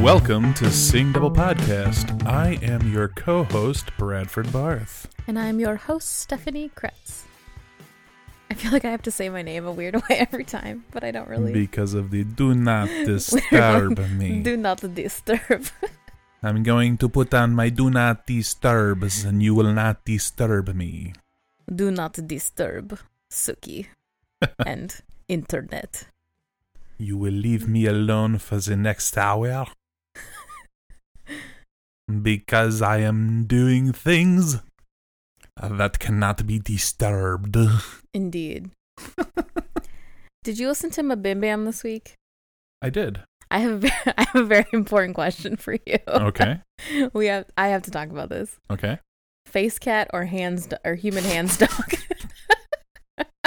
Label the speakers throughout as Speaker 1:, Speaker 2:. Speaker 1: Welcome to Sing Double Podcast. I am your co host, Bradford Barth.
Speaker 2: And I'm your host, Stephanie Kretz. I feel like I have to say my name a weird way every time, but I don't really.
Speaker 1: Because of the do not disturb me.
Speaker 2: Do not disturb.
Speaker 1: I'm going to put on my do not disturbs and you will not disturb me.
Speaker 2: Do not disturb Suki and internet.
Speaker 1: You will leave me alone for the next hour. because I am doing things that cannot be disturbed.
Speaker 2: Indeed. Did you listen to Mabim Bam this week?
Speaker 1: I did.
Speaker 2: I have a very, I have a very important question for you.
Speaker 1: Okay.
Speaker 2: We have I have to talk about this.
Speaker 1: Okay.
Speaker 2: Face cat or hands do- or human hands dog.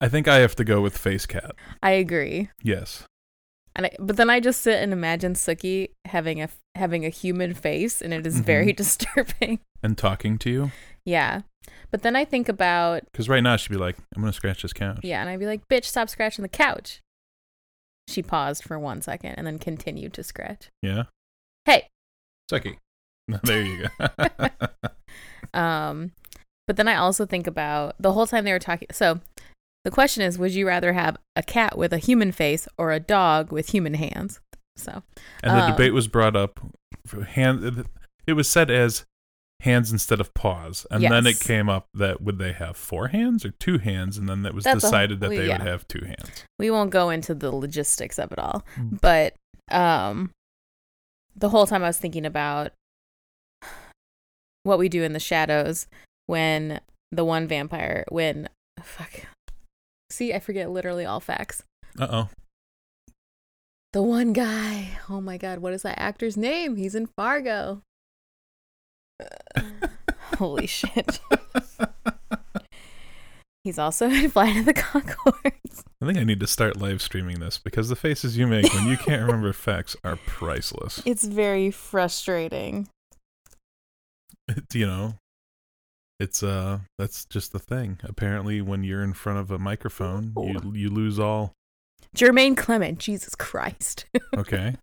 Speaker 1: I think I have to go with Face Cat.
Speaker 2: I agree.
Speaker 1: Yes.
Speaker 2: And I, but then I just sit and imagine Suki having a having a human face, and it is very disturbing.
Speaker 1: And talking to you.
Speaker 2: Yeah. But then I think about
Speaker 1: Because right now she'd be like, I'm going to scratch this couch.
Speaker 2: yeah, and I'd be like, "Bitch, stop scratching the couch." She paused for one second and then continued to scratch.
Speaker 1: Yeah.
Speaker 2: Hey.
Speaker 1: Sucky. there you go.
Speaker 2: Um, but then I also think about the whole time they were talking. So the question is, would you rather have a cat with a human face or a dog with human hands? So
Speaker 1: and the
Speaker 2: Um,
Speaker 1: debate was brought up. for Hand. It was said as hands instead of paws, and then it
Speaker 2: Yes.
Speaker 1: came up that would they have four hands or two hands, and then that was
Speaker 2: That's a-
Speaker 1: decided that
Speaker 2: well,
Speaker 1: they
Speaker 2: yeah.
Speaker 1: would have two hands.
Speaker 2: we won't go into the logistics of it all but um the whole time i was thinking about what we do in the shadows when the one vampire when fuck see i forget literally all facts
Speaker 1: Uh oh.
Speaker 2: the one guy oh my god what is that actor's name he's in fargo Uh, holy shit he's also in flight of the concords
Speaker 1: I think I need to start live streaming this because the faces you make when you can't remember facts are priceless.
Speaker 2: it's very frustrating
Speaker 1: you know, it's uh, that's just the thing. Apparently, when you're in front of a microphone, you you lose all.
Speaker 2: jermaine clement jesus christ
Speaker 1: Okay.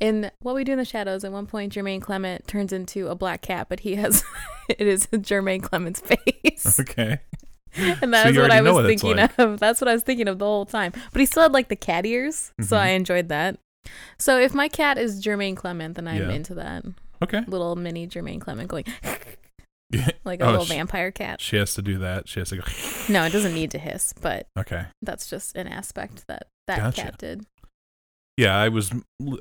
Speaker 2: in what we do in the shadows at one point jermaine clement turns into a black cat but he has it is jermaine clement's face
Speaker 1: Okay.
Speaker 2: and that
Speaker 1: So
Speaker 2: is
Speaker 1: you
Speaker 2: what i
Speaker 1: already know
Speaker 2: was
Speaker 1: what it's
Speaker 2: thinking
Speaker 1: like.
Speaker 2: of that's what i was thinking of the whole time but he still had like the cat ears so
Speaker 1: Mhm.
Speaker 2: i enjoyed that so if my cat is jermaine clement then i'm
Speaker 1: Yeah.
Speaker 2: into that
Speaker 1: Okay.
Speaker 2: little mini jermaine clement going like a
Speaker 1: Oh,
Speaker 2: little
Speaker 1: sh-
Speaker 2: vampire cat
Speaker 1: She has to do that. She has to go.
Speaker 2: no it doesn't need to hiss but
Speaker 1: Okay.
Speaker 2: that's just an aspect that that
Speaker 1: Gotcha.
Speaker 2: cat did
Speaker 1: Yeah, I was.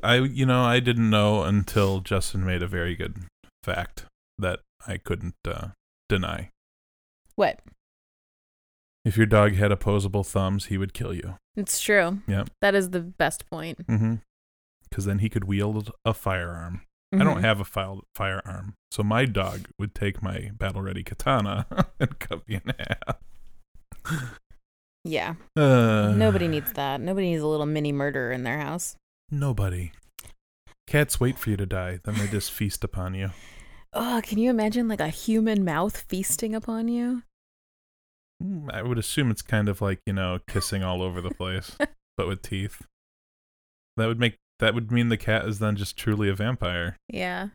Speaker 1: I you know I didn't know until Justin made a very good fact that I couldn't uh, deny.
Speaker 2: what
Speaker 1: If your dog had opposable thumbs, he would kill you.
Speaker 2: it's true
Speaker 1: Yep.
Speaker 2: that is the best point
Speaker 1: Mm-hmm. Because then he could wield a firearm. I
Speaker 2: Mhm.
Speaker 1: don't have a file, firearm, so my dog would take my battle-ready katana and cut me in half.
Speaker 2: yeah
Speaker 1: Uh,
Speaker 2: Nobody needs that. Nobody needs a little mini murderer in their house.
Speaker 1: Nobody. Cats wait for you to die, then they just feast upon you.
Speaker 2: Oh, can you imagine like a human mouth feasting upon you?
Speaker 1: Mm, I would assume it's kind of like you know kissing all over the place, but with teeth. That would make that would mean the cat is then just truly a vampire.
Speaker 2: Yeah.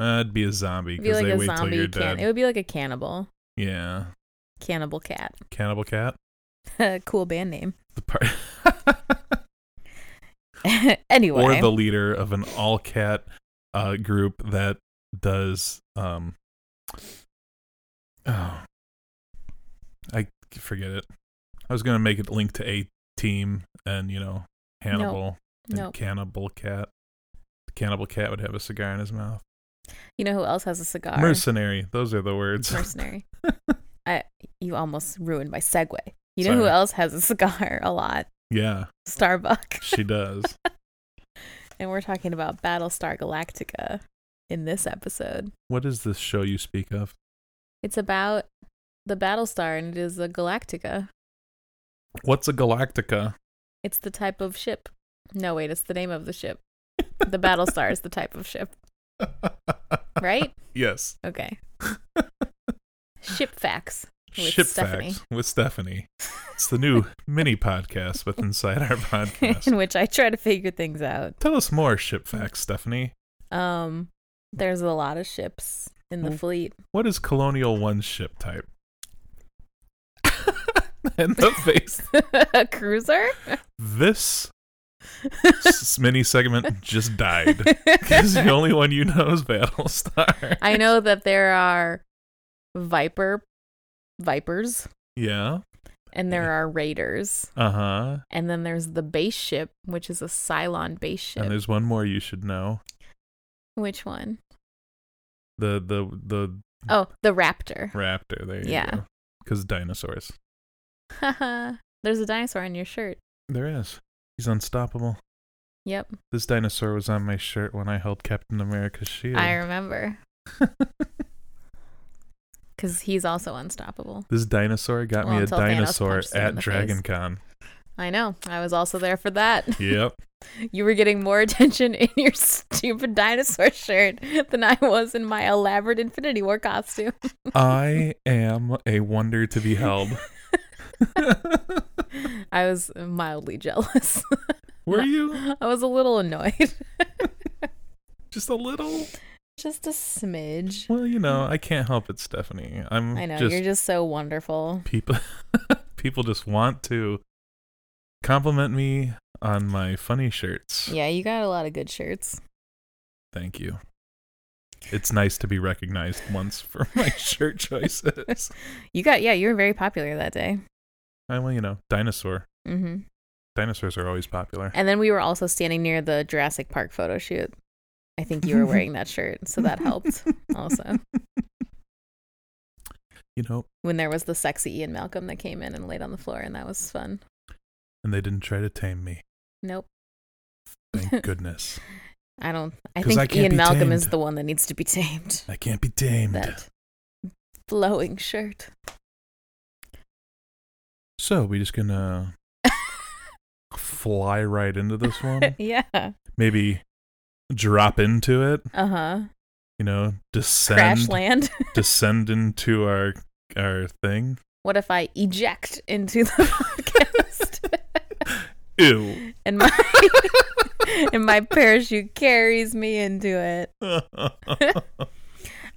Speaker 1: Uh, it'd be a zombie
Speaker 2: It'd be
Speaker 1: because
Speaker 2: like
Speaker 1: they
Speaker 2: a
Speaker 1: wait till you're
Speaker 2: zombie can
Speaker 1: dead.
Speaker 2: it would be like a cannibal.
Speaker 1: yeah,
Speaker 2: Cannibal cat.
Speaker 1: cannibal cat.
Speaker 2: cool band name.
Speaker 1: The part
Speaker 2: anyway.
Speaker 1: or the leader of an all cat uh, group that does um. Oh, I forget it. I was gonna make it link to a team and you know Hannibal. and
Speaker 2: no.
Speaker 1: Cannibal Cat. The Cannibal Cat would have a cigar in his mouth.
Speaker 2: You know who else has a cigar?
Speaker 1: Mercenary. Those are the words.
Speaker 2: Mercenary. I you almost ruined my segue. You know who
Speaker 1: Sorry.
Speaker 2: else has a cigar a lot?
Speaker 1: yeah,
Speaker 2: Starbuck.
Speaker 1: she does.
Speaker 2: And we're talking about Battlestar Galactica in this episode.
Speaker 1: what is this show you speak of?
Speaker 2: It's about the Battlestar and it is a Galactica.
Speaker 1: What's a Galactica?
Speaker 2: It's the type of ship. No, wait, it's the name of the ship. The Battlestar is the type of ship, right?
Speaker 1: yes.
Speaker 2: Okay. ship facts. With
Speaker 1: Ship
Speaker 2: Stephanie.
Speaker 1: facts with Stephanie. It's the new mini podcast with inside our podcast.
Speaker 2: in which I try to figure things out.
Speaker 1: Tell us more ship facts, Stephanie.
Speaker 2: Um, there's a lot of ships in the
Speaker 1: Mm.
Speaker 2: fleet.
Speaker 1: What is Colonial One ship type? and the face.
Speaker 2: a cruiser?
Speaker 1: This s- mini segment just died because the only one you know is Battlestar.
Speaker 2: I know that there are viper vipers
Speaker 1: Yeah.
Speaker 2: and
Speaker 1: Mm-hmm.
Speaker 2: there are raiders.
Speaker 1: Uh huh.
Speaker 2: And then there's the base ship, which is a Cylon base
Speaker 1: And
Speaker 2: ship.
Speaker 1: there's one more you should know.
Speaker 2: Which one?
Speaker 1: The the the
Speaker 2: Oh, the raptor.
Speaker 1: raptor. There you
Speaker 2: Yeah.
Speaker 1: Because dinosaurs.
Speaker 2: Haha. there's a dinosaur on your shirt.
Speaker 1: There is. He's unstoppable.
Speaker 2: Yep,
Speaker 1: This dinosaur was on my shirt when I held Captain America's shield.
Speaker 2: I remember. Because he's also unstoppable.
Speaker 1: This dinosaur got
Speaker 2: Well,
Speaker 1: me a
Speaker 2: until Thanos
Speaker 1: dinosaur
Speaker 2: punched him in
Speaker 1: at
Speaker 2: the
Speaker 1: Dragon Con.
Speaker 2: I know. I was also there for that.
Speaker 1: Yep.
Speaker 2: You were getting more attention in your stupid dinosaur shirt than I was in my elaborate Infinity War costume.
Speaker 1: I am a wonder to be held.
Speaker 2: I was mildly jealous.
Speaker 1: Were you?
Speaker 2: I was a little annoyed.
Speaker 1: Just a little?
Speaker 2: Just a smidge.
Speaker 1: Well, you know, I can't help it, Stephanie. I'm
Speaker 2: Mm. I know.
Speaker 1: Mm, just
Speaker 2: you're just so wonderful.
Speaker 1: people people just want to compliment me on my funny shirts.
Speaker 2: Yeah, you got a lot of good shirts.
Speaker 1: Thank you. It's nice to be recognized once for my shirt choices.
Speaker 2: You got, yeah, you were very popular that day.
Speaker 1: I, well, you know, dinosaur.
Speaker 2: hmm
Speaker 1: Dinosaurs are always popular.
Speaker 2: And then we were also standing near the Jurassic Park photo shoot. I think you were wearing that shirt, so that helped also.
Speaker 1: You know,
Speaker 2: When there was the sexy Ian Malcolm that came in and laid on the floor, and that was fun.
Speaker 1: and they didn't try to tame me.
Speaker 2: Nope.
Speaker 1: Thank goodness.
Speaker 2: I don't. I
Speaker 1: 'Cause
Speaker 2: think
Speaker 1: I can't
Speaker 2: Ian
Speaker 1: be
Speaker 2: Malcolm is
Speaker 1: tamed.
Speaker 2: the one that needs to be tamed.
Speaker 1: I can't be tamed.
Speaker 2: That flowing shirt.
Speaker 1: So we just gonna fly right into this one.
Speaker 2: yeah. Uh
Speaker 1: Maybe drop into it.
Speaker 2: huh.
Speaker 1: You know, descend,
Speaker 2: Uh-huh. Crash land.
Speaker 1: descend into our our thing.
Speaker 2: What if I eject into the podcast
Speaker 1: Ew.
Speaker 2: and my and my parachute carries me into it?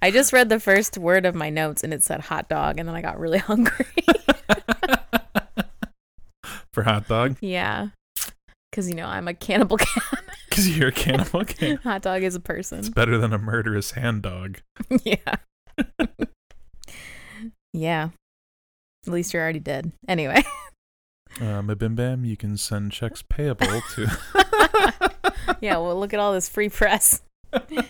Speaker 2: I just read the first word of my notes and it said hot dog, and then I got really hungry.
Speaker 1: For hot dog,
Speaker 2: yeah. Because, you know, I'm a cannibal cat.
Speaker 1: because you're a cannibal. Can-
Speaker 2: Hot dog is a
Speaker 1: it's
Speaker 2: person.
Speaker 1: better than a murderous hand dog.
Speaker 2: yeah. yeah. At least you're already dead. Anyway.
Speaker 1: Um, a bim bam. You can send checks payable to.
Speaker 2: yeah, well, look at all this free press. It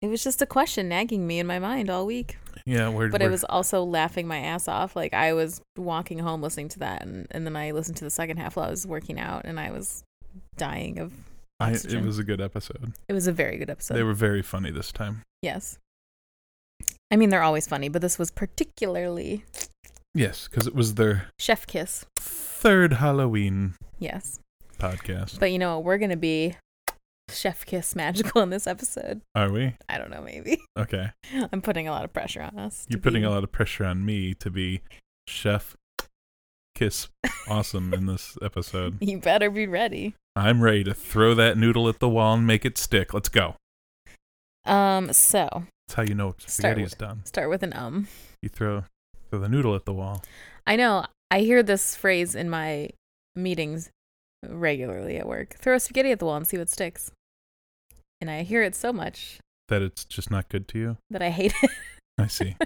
Speaker 2: was just a question nagging me in my mind all week.
Speaker 1: Yeah, where?
Speaker 2: But
Speaker 1: where-
Speaker 2: it was also laughing my ass off. Like, I was walking home listening to that, and, and then I listened to the second half while I was working out, and I was dying of.
Speaker 1: I, it
Speaker 2: oxygen.
Speaker 1: was a good episode.
Speaker 2: It was a very good episode.
Speaker 1: They were very funny this time.
Speaker 2: yes. I mean, they're always funny, but this was particularly
Speaker 1: Yes, because it was their
Speaker 2: Chef Kiss.
Speaker 1: third Halloween
Speaker 2: Yes.
Speaker 1: podcast.
Speaker 2: But you know what? We're going to be Chef Kiss magical in this episode.
Speaker 1: Are we?
Speaker 2: I don't know, maybe.
Speaker 1: Okay.
Speaker 2: I'm putting a lot of pressure on us. to
Speaker 1: You're putting
Speaker 2: be-
Speaker 1: a lot of pressure on me to be chef kiss awesome in this episode.
Speaker 2: You better be ready.
Speaker 1: I'm ready to throw that noodle at the wall and make it stick. Let's go.
Speaker 2: Um, so
Speaker 1: That's how you know
Speaker 2: Start
Speaker 1: spaghetti's done.
Speaker 2: start with an um.
Speaker 1: You throw throw the noodle at the wall.
Speaker 2: I know I hear this phrase in my meetings regularly at work. Throw spaghetti at the wall and see what sticks. And I hear it so much
Speaker 1: That it's just not good to you.
Speaker 2: that I hate
Speaker 1: I see.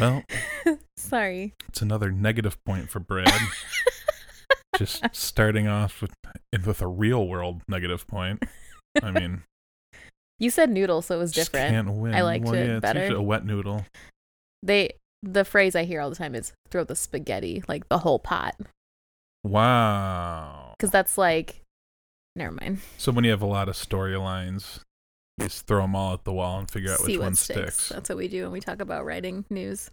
Speaker 1: well,
Speaker 2: it. Sorry.
Speaker 1: it's another negative point for Brad. just starting off with with a real world negative point. I mean,
Speaker 2: You said noodle, so it was
Speaker 1: just
Speaker 2: different.
Speaker 1: can't win.
Speaker 2: I liked
Speaker 1: well,
Speaker 2: it
Speaker 1: yeah, it's
Speaker 2: better.
Speaker 1: usually a wet noodle.
Speaker 2: They the phrase I hear all the time is throw the spaghetti, like the whole pot,
Speaker 1: Wow.
Speaker 2: because that's like, never mind.
Speaker 1: So when you have a lot of storylines, you just throw them all at the wall and figure out
Speaker 2: see
Speaker 1: which
Speaker 2: what
Speaker 1: one
Speaker 2: sticks.
Speaker 1: sticks.
Speaker 2: That's what we do when we talk about writing news.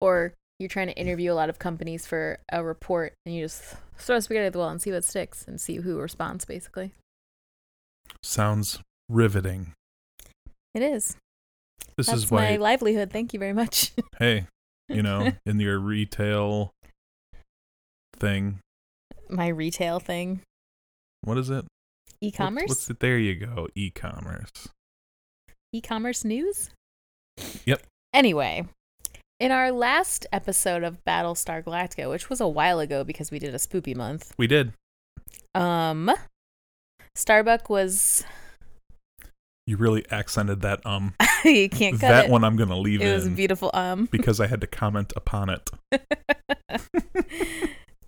Speaker 2: Or you're trying to interview a lot of companies for a report and you just Let's throw spaghetti at the wall and see what sticks and see who responds, basically.
Speaker 1: Sounds riveting.
Speaker 2: It is.
Speaker 1: This
Speaker 2: That's
Speaker 1: is why
Speaker 2: my livelihood. Thank you very much.
Speaker 1: hey, you know, in your retail thing,
Speaker 2: my retail thing.
Speaker 1: what is it?
Speaker 2: E
Speaker 1: What-
Speaker 2: commerce?
Speaker 1: what's it? There you go. E-commerce.
Speaker 2: E commerce news?
Speaker 1: Yep.
Speaker 2: Anyway, in our last episode of Battlestar Galactica, which was a while ago because we did a spoopy month,
Speaker 1: We did.
Speaker 2: um, Starbuck was.
Speaker 1: You really accented that um.
Speaker 2: you can't cut
Speaker 1: That
Speaker 2: it.
Speaker 1: one I'm gonna leave
Speaker 2: it was a
Speaker 1: in
Speaker 2: beautiful. Um,
Speaker 1: because I had to comment upon it.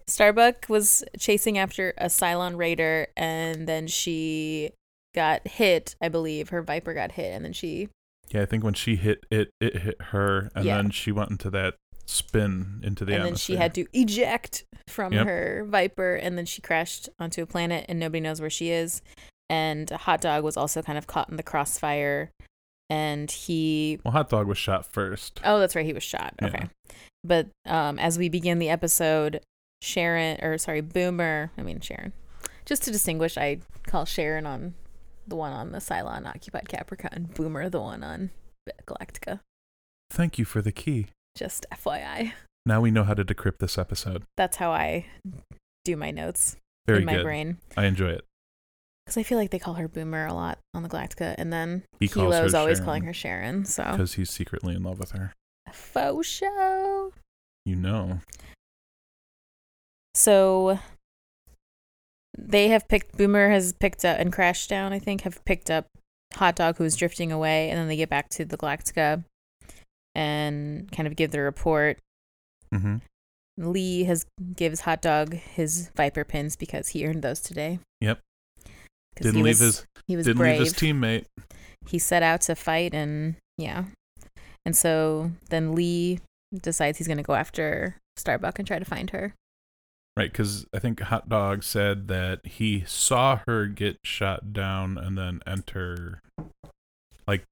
Speaker 2: Starbuck was chasing after a Cylon raider, and then she got hit. I believe her Viper got hit, and then she
Speaker 1: Yeah, I think when she hit it, it hit her, and
Speaker 2: Yeah.
Speaker 1: then she went into that spin into the
Speaker 2: and then
Speaker 1: atmosphere.
Speaker 2: she had to eject from
Speaker 1: Yep.
Speaker 2: her Viper, and then she crashed onto a planet, and nobody knows where she is. And Hot Dog was also kind of caught in the crossfire, and he
Speaker 1: well, hot dog was shot first.
Speaker 2: Oh, that's right. He was shot.
Speaker 1: Yeah.
Speaker 2: Okay. But um, as we begin the episode, Sharon, or sorry, Boomer, I mean, Sharon, just to distinguish, I call Sharon on the one on the Cylon occupied Capricorn, Boomer, the one on Galactica.
Speaker 1: Thank you for the key.
Speaker 2: Just FYI.
Speaker 1: Now we know how to decrypt this episode.
Speaker 2: That's how I do my notes
Speaker 1: Very
Speaker 2: in my
Speaker 1: good.
Speaker 2: brain.
Speaker 1: I enjoy it.
Speaker 2: Because I feel like they call her Boomer a lot on the Galactica. And then
Speaker 1: He calls
Speaker 2: Kilo's
Speaker 1: her
Speaker 2: always
Speaker 1: Sharon.
Speaker 2: calling her Sharon. So,
Speaker 1: Because he's secretly in love with her.
Speaker 2: faux show.
Speaker 1: You know.
Speaker 2: So they have picked Boomer has picked up and Crash Down, I think, have picked up Hot Dog who's drifting away, and then they get back to the Galactica and kind of give the report.
Speaker 1: hmm
Speaker 2: Lee has gives Hot Dog his Viper pins because he earned those today.
Speaker 1: Yep.
Speaker 2: 'Cause
Speaker 1: Didn't
Speaker 2: he
Speaker 1: leave
Speaker 2: was,
Speaker 1: his
Speaker 2: he was
Speaker 1: didn't
Speaker 2: brave.
Speaker 1: leave his teammate.
Speaker 2: he set out to fight and yeah. And so then Lee decides he's gonna go after Starbuck and try to find her.
Speaker 1: Right, because I think Hot Dog said that he saw her get shot down and then enter, like,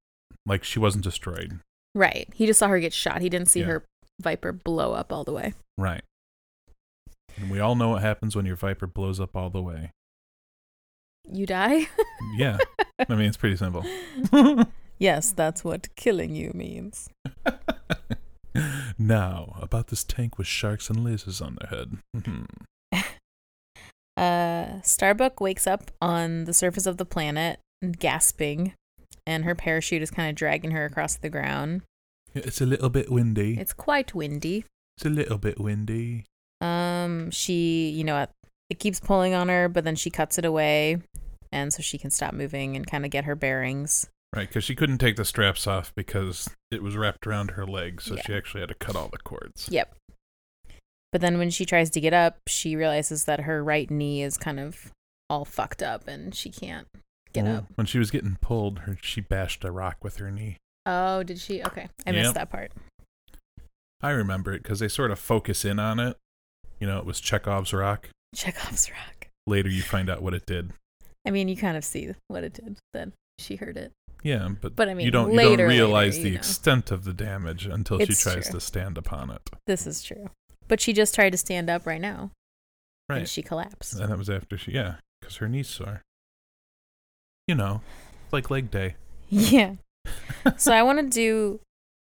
Speaker 1: like she wasn't destroyed.
Speaker 2: Right. He just saw her get shot. He didn't see
Speaker 1: Yeah.
Speaker 2: her Viper blow up all the way.
Speaker 1: Right. And we all know what happens when your Viper blows up all the way.
Speaker 2: You die?
Speaker 1: Yeah, I mean it's pretty simple.
Speaker 2: yes, that's what killing you means.
Speaker 1: now about this tank with sharks and lasers on their head. Mhm.
Speaker 2: Uh, Starbuck wakes up on the surface of the planet, gasping, and her parachute is kind of dragging her across the ground.
Speaker 1: it's a little bit windy.
Speaker 2: It's quite windy.
Speaker 1: It's a little bit windy.
Speaker 2: Um, she, you know, it keeps pulling on her, but then she cuts it away, and so she can stop moving and kind of get her bearings.
Speaker 1: Right, because she couldn't take the straps off because it was wrapped around her legs, so
Speaker 2: Yeah.
Speaker 1: she actually had to cut all the cords.
Speaker 2: Yep. But then when she tries to get up, she realizes that her right knee is kind of all fucked up and she can't get
Speaker 1: Well,
Speaker 2: up.
Speaker 1: When she was getting pulled, her she bashed a rock with her knee.
Speaker 2: Oh, did she? Okay. I
Speaker 1: Yep.
Speaker 2: missed that part.
Speaker 1: I remember it because they sort of focus in on it. You know, it was Chekhov's rock.
Speaker 2: Chekhov's rock.
Speaker 1: Later, you find out what it did.
Speaker 2: I mean, you kind of see what it did then. She heard it.
Speaker 1: Yeah, but,
Speaker 2: But I mean,
Speaker 1: you don't
Speaker 2: later,
Speaker 1: you don't realize
Speaker 2: later,
Speaker 1: the
Speaker 2: you know.
Speaker 1: extent of the damage until
Speaker 2: It's
Speaker 1: she tries
Speaker 2: true.
Speaker 1: to stand upon it.
Speaker 2: This is true. But she just tried to stand up right now.
Speaker 1: Right,
Speaker 2: And she collapsed.
Speaker 1: and that was after she yeah, because her knee's sore. You know, it's like leg day.
Speaker 2: yeah. So I want to do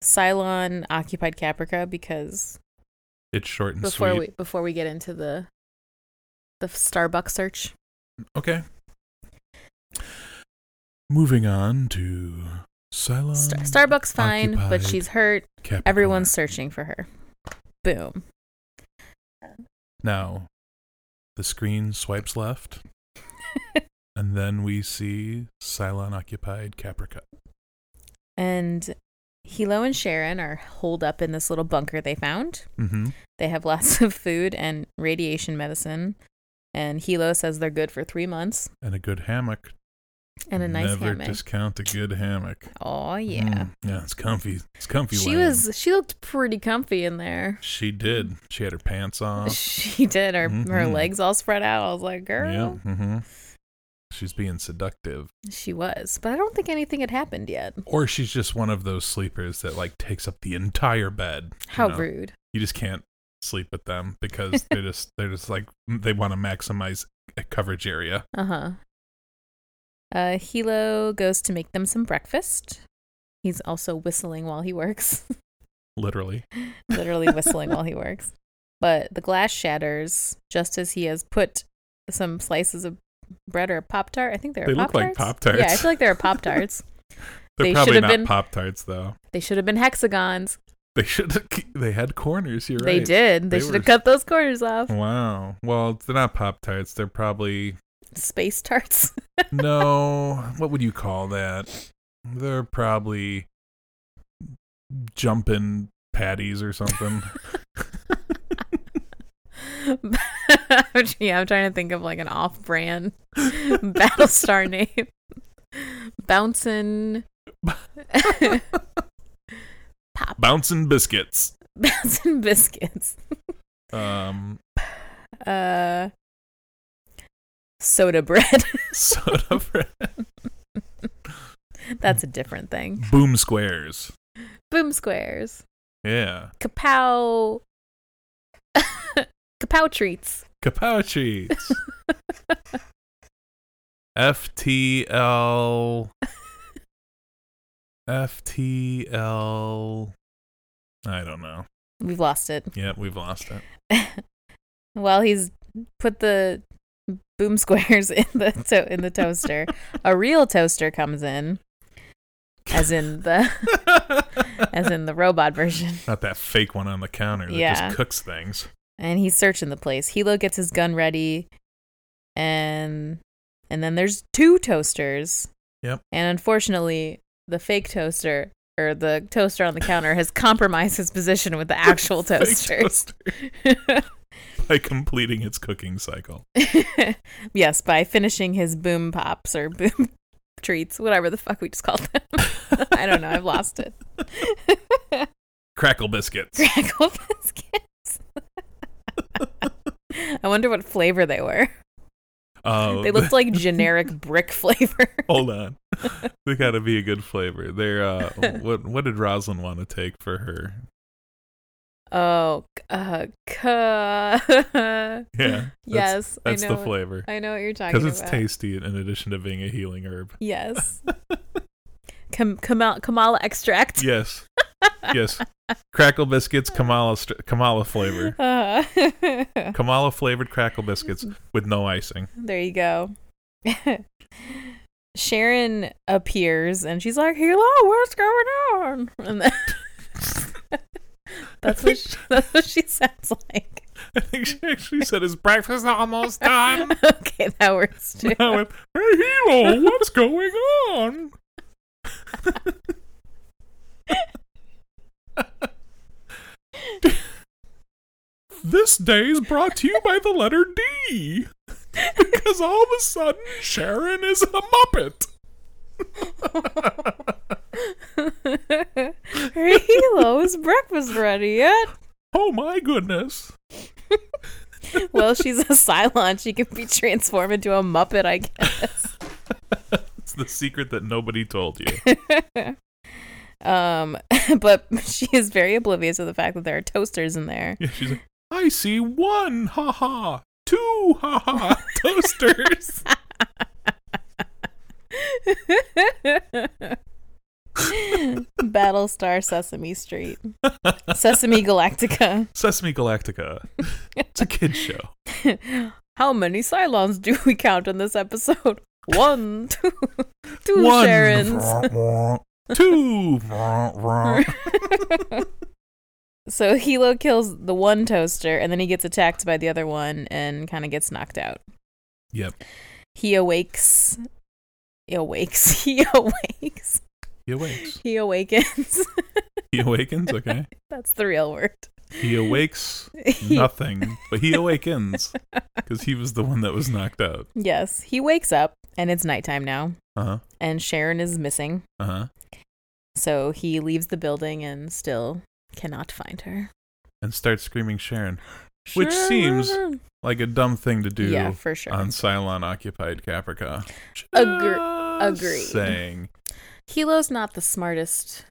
Speaker 2: Cylon occupied Caprica because
Speaker 1: it's short and
Speaker 2: before
Speaker 1: sweet.
Speaker 2: we before we get into the the Starbucks search.
Speaker 1: Okay. Moving on to Cylon.
Speaker 2: Star- Starbucks fine, but
Speaker 1: occupied
Speaker 2: she's hurt.
Speaker 1: Capricorn.
Speaker 2: Everyone's searching for her. Boom.
Speaker 1: now. The screen swipes left, and then we see Cylon occupied Caprica.
Speaker 2: and Hilo and Sharon are holed up in this little bunker they found.
Speaker 1: Mm-hmm.
Speaker 2: They have lots of food and radiation medicine. And Hilo says they're good for three months
Speaker 1: And a good hammock.
Speaker 2: and a nice
Speaker 1: Never
Speaker 2: hammock.
Speaker 1: discount a good hammock.
Speaker 2: Oh yeah.
Speaker 1: Mm, yeah, it's comfy. It's comfy.
Speaker 2: She
Speaker 1: laying.
Speaker 2: was she looked pretty comfy in there.
Speaker 1: She did. She had her pants off.
Speaker 2: She did. Her her
Speaker 1: Mhm.
Speaker 2: legs all spread out. I was like, girl.
Speaker 1: Yeah. Mm-hmm. She's being seductive.
Speaker 2: She was. But I don't think anything had happened yet.
Speaker 1: or she's just one of those sleepers that like takes up the entire bed. you
Speaker 2: How
Speaker 1: know?
Speaker 2: rude.
Speaker 1: You just can't sleep with them because they're just they're just like they want to maximize a coverage area.
Speaker 2: Uh-huh. Uh Hilo goes to make them some breakfast. He's also whistling while he works.
Speaker 1: Literally,
Speaker 2: Literally whistling while he works. But the glass shatters just as he has put some slices of bread or a pop tart. I think they're
Speaker 1: They
Speaker 2: pop
Speaker 1: look like Pop-Tarts.
Speaker 2: Yeah, I feel like they're pop tarts.
Speaker 1: they're
Speaker 2: They
Speaker 1: probably
Speaker 2: should've
Speaker 1: not
Speaker 2: been-
Speaker 1: Pop Tarts though.
Speaker 2: they should have been hexagons.
Speaker 1: They should. They had corners. You're
Speaker 2: They
Speaker 1: right.
Speaker 2: did. They,
Speaker 1: They
Speaker 2: should
Speaker 1: were-
Speaker 2: have cut those corners off.
Speaker 1: Wow. Well, they're not Pop Tarts. They're probably
Speaker 2: Space tarts.
Speaker 1: no. What would you call that? They're probably jumping patties or something.
Speaker 2: yeah, I'm trying to think of like an off brand Battlestar name. Bouncin'
Speaker 1: Bouncing biscuits.
Speaker 2: Bouncin' Biscuits.
Speaker 1: Um,
Speaker 2: Uh soda bread.
Speaker 1: soda bread.
Speaker 2: That's a different thing.
Speaker 1: Boom squares.
Speaker 2: Boom squares.
Speaker 1: Yeah.
Speaker 2: Kapow Kapow treats.
Speaker 1: Kapow cheats. FTL. FTL. I don't know.
Speaker 2: We've lost it.
Speaker 1: Yeah, we've lost it.
Speaker 2: While he's put the boom squares in the to- in the toaster, a real toaster comes in. As in the as in the robot version.
Speaker 1: Not that fake one on the counter that
Speaker 2: Yeah.
Speaker 1: just cooks things.
Speaker 2: and he's searching the place. Hilo gets his gun ready, and and then there's two toasters.
Speaker 1: Yep.
Speaker 2: And unfortunately, the fake toaster or the toaster on the counter has compromised his position with the actual
Speaker 1: Fake
Speaker 2: toaster.
Speaker 1: By completing its cooking cycle.
Speaker 2: yes, by finishing his boom pops or boom treats, whatever the fuck we just called them. I don't know. I've lost it.
Speaker 1: Crackle biscuits.
Speaker 2: Crackle biscuits. I wonder what flavor they were.
Speaker 1: Oh,
Speaker 2: They looked like generic brick flavor.
Speaker 1: Hold on. they gotta be a good flavor. They're uh what what did Rosalind want to take for her?
Speaker 2: Oh, c- uh, c-
Speaker 1: Yeah. that's-
Speaker 2: yes,
Speaker 1: That's
Speaker 2: I know.
Speaker 1: the flavor.
Speaker 2: I know what you're talking
Speaker 1: Because it's
Speaker 2: about.
Speaker 1: tasty in addition to being a healing herb.
Speaker 2: Yes. Kam- Kamal- Kamala extract.
Speaker 1: Yes. yes. Crackle biscuits, Kamala st- Kamala flavor.
Speaker 2: Uh,
Speaker 1: Kamala flavored crackle biscuits with no icing.
Speaker 2: there you go. Sharon appears and she's like, "Hello, what's going on?" And then that's what she, that's what she sounds like.
Speaker 1: I think she actually said his breakfast is almost done.
Speaker 2: okay, that works too.
Speaker 1: I went, hey Hilo, what's going on? this day is brought to you by the letter D. Because all of a sudden, Sharon is a Muppet.
Speaker 2: Hilo's breakfast ready yet?
Speaker 1: Oh my goodness.
Speaker 2: Well, she's a Cylon. She can be transformed into a Muppet, I guess.
Speaker 1: It's the secret that nobody told you.
Speaker 2: Um, but she is very oblivious to the fact that there are toasters in there.
Speaker 1: Yeah, she's like, I see one, ha ha, two, ha ha, toasters.
Speaker 2: Battlestar Sesame Street, Sesame Galactica.
Speaker 1: Sesame Galactica. It's a kid's show.
Speaker 2: How many Cylons do we count in this episode? One, two, two
Speaker 1: One.
Speaker 2: Sharons.
Speaker 1: Two.
Speaker 2: So Hilo kills the one toaster and then he gets attacked by the other one and kind of gets knocked out.
Speaker 1: Yep.
Speaker 2: He awakes. He awakes. He awakes.
Speaker 1: He awakes.
Speaker 2: He awakens.
Speaker 1: He awakens. Okay.
Speaker 2: That's the real word.
Speaker 1: He awakes
Speaker 2: He-
Speaker 1: nothing, but he awakens because he was the one that was knocked out.
Speaker 2: yes. He wakes up and it's nighttime now
Speaker 1: Uh huh.
Speaker 2: and Sharon is missing.
Speaker 1: Uh huh.
Speaker 2: So he leaves the building and still cannot find her.
Speaker 1: And starts screaming Sharon, Which seems-
Speaker 2: Sharon!
Speaker 1: like a dumb thing to do
Speaker 2: Yeah, for sure.
Speaker 1: on Cylon occupied Caprica.
Speaker 2: Agre-
Speaker 1: Just
Speaker 2: agreed.
Speaker 1: Saying.
Speaker 2: Hilo's not the smartest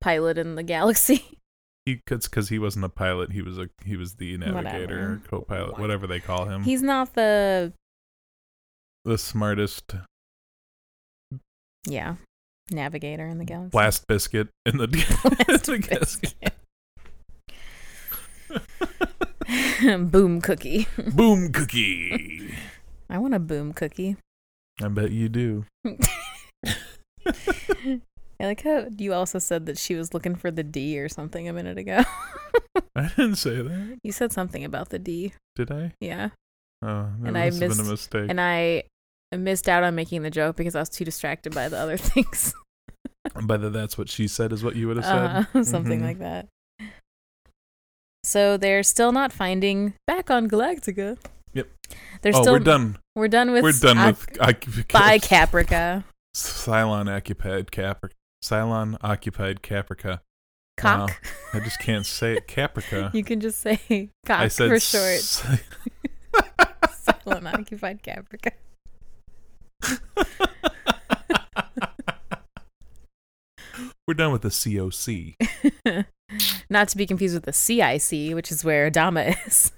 Speaker 2: pilot in the galaxy.
Speaker 1: he it's because he wasn't a pilot. He was a he was the navigator,
Speaker 2: Whatever.
Speaker 1: co-pilot, whatever they call him.
Speaker 2: He's not the
Speaker 1: the smartest
Speaker 2: yeah navigator in the galaxy.
Speaker 1: blast biscuit in the,
Speaker 2: Blast
Speaker 1: in the casket.
Speaker 2: boom cookie.
Speaker 1: boom cookie.
Speaker 2: I want a boom cookie.
Speaker 1: I bet you do.
Speaker 2: I like how you also said that she was looking for the D or something a minute ago.
Speaker 1: I didn't say that,
Speaker 2: you said something about the D.
Speaker 1: did I?
Speaker 2: Yeah.
Speaker 1: Oh, that
Speaker 2: And I
Speaker 1: must have been a
Speaker 2: missed-
Speaker 1: mistake.
Speaker 2: And I missed out on making the joke because I was too distracted by the other things.
Speaker 1: But that's what she said is what you would have said.
Speaker 2: Uh, something
Speaker 1: Mhm.
Speaker 2: like that. So they're still not finding back on Galactica.
Speaker 1: Yep.
Speaker 2: They're
Speaker 1: oh,
Speaker 2: still
Speaker 1: we're done.
Speaker 2: We're done with
Speaker 1: We're done
Speaker 2: Ac-
Speaker 1: with occup-
Speaker 2: by Caprica.
Speaker 1: Cylon occupied Caprica. Cylon occupied Caprica.
Speaker 2: Cock.
Speaker 1: I just can't say it. Caprica.
Speaker 2: You can just say cock
Speaker 1: I said
Speaker 2: for short.
Speaker 1: cy-
Speaker 2: Cylon occupied Caprica.
Speaker 1: We're done with the COC.
Speaker 2: Not to be confused with the CIC, which is where Adama is.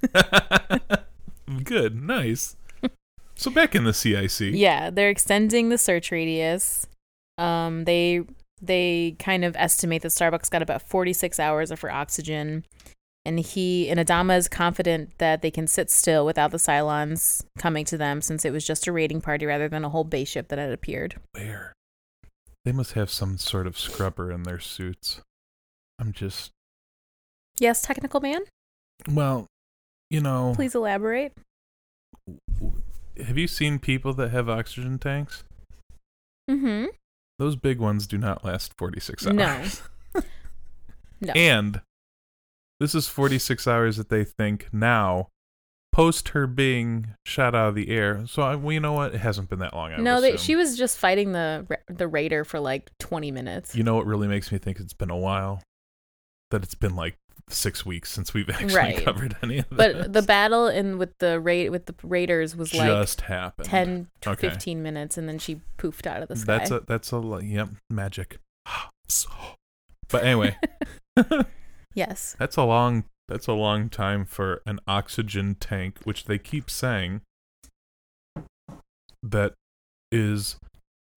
Speaker 1: Good. Nice. So back in the CIC.
Speaker 2: yeah, they're extending the search radius. Um, they they kind of estimate that Starbucks got about 46 hours of her oxygen, and he and Adama is confident that they can sit still without the Cylons coming to them, since it was just a raiding party rather than a whole base ship that had appeared.
Speaker 1: Where? They must have some sort of scrubber in their suits. I'm just
Speaker 2: Yes, technical man,
Speaker 1: well, you know.
Speaker 2: please elaborate.
Speaker 1: Have you seen people that have oxygen tanks?
Speaker 2: Mm-hmm.
Speaker 1: Those big ones do not last 46 hours.
Speaker 2: No. No.
Speaker 1: And this is 46 hours that they think now, post her being shot out of the air. So, I, well, you know what? It hasn't been that long. I um,
Speaker 2: no,
Speaker 1: would
Speaker 2: they,
Speaker 1: assume.
Speaker 2: she was just fighting the ra- the raider for like 20 minutes.
Speaker 1: You know what really makes me think it's been a while? That it's been like six weeks since we've actually
Speaker 2: Right.
Speaker 1: covered any of this.
Speaker 2: But the battle in with the raid with the raiders was like
Speaker 1: just happened.
Speaker 2: 10 to
Speaker 1: Okay.
Speaker 2: 15 minutes and then she poofed out of the sky.
Speaker 1: That's a that's a li- yep magic. but anyway,
Speaker 2: yes.
Speaker 1: That's a long that's a long time for an oxygen tank, which they keep saying that is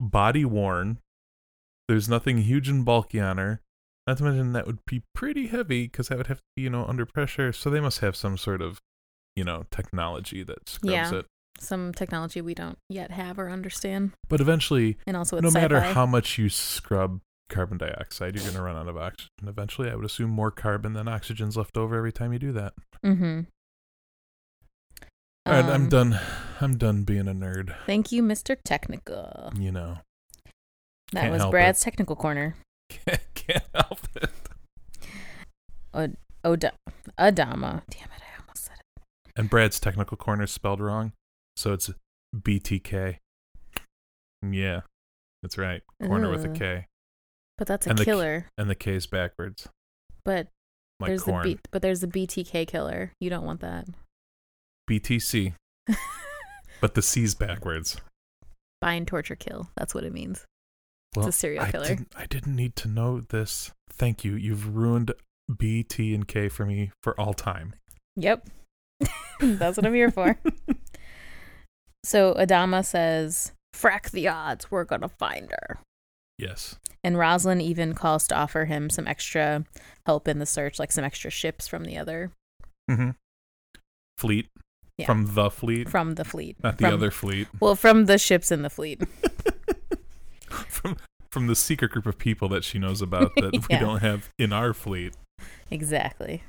Speaker 1: body worn. There's nothing huge and bulky on her. Not to mention that would be pretty heavy because that would have to be, you know, under pressure. So they must have some sort of, you know, technology that scrubs
Speaker 2: Yeah.
Speaker 1: it.
Speaker 2: Some technology we don't yet have or understand
Speaker 1: But eventually,
Speaker 2: and also it's
Speaker 1: no matter
Speaker 2: sci-fi.
Speaker 1: how much you scrub carbon dioxide, you're going to run out of oxygen eventually. I would assume more carbon than oxygen's left over every time you do that.
Speaker 2: Mhm.
Speaker 1: All right, I'm
Speaker 2: Um,
Speaker 1: done. I'm done being a nerd.
Speaker 2: Thank you, Mr. Technical.
Speaker 1: You know,
Speaker 2: That
Speaker 1: Can't
Speaker 2: was
Speaker 1: help it.
Speaker 2: Brad's technical corner.
Speaker 1: can't, can't help it.
Speaker 2: Oda- Adama. Damn it, I almost said it.
Speaker 1: And Brad's technical corner is spelled wrong, so it's BTK. Yeah, that's right. Corner with a
Speaker 2: Ooh.
Speaker 1: K,
Speaker 2: But that's a
Speaker 1: And the k-
Speaker 2: killer.
Speaker 1: and the K is backwards,
Speaker 2: but
Speaker 1: like
Speaker 2: there's
Speaker 1: corn.
Speaker 2: the B- but there's the BTK killer. You don't want that.
Speaker 1: BTC, but the C's backwards.
Speaker 2: Bind, torture, kill. That's what it means.
Speaker 1: Well,
Speaker 2: serial
Speaker 1: I
Speaker 2: killer.
Speaker 1: Didn't, I didn't need to know this. Thank you. You've ruined B, T, and K for me for all time.
Speaker 2: Yep. That's what I'm here for. so Adama says, Frack the odds, we're gonna find her.
Speaker 1: Yes.
Speaker 2: And Rosalind even calls to offer him some extra help in the search, like some extra ships from the other
Speaker 1: Mm-hmm. Fleet
Speaker 2: Yeah.
Speaker 1: from the fleet,
Speaker 2: from the fleet.
Speaker 1: not the
Speaker 2: From-
Speaker 1: other fleet.
Speaker 2: Well, from the ships in the fleet.
Speaker 1: from from the secret group of people that she knows about that we
Speaker 2: Yeah.
Speaker 1: don't have in our fleet.
Speaker 2: exactly.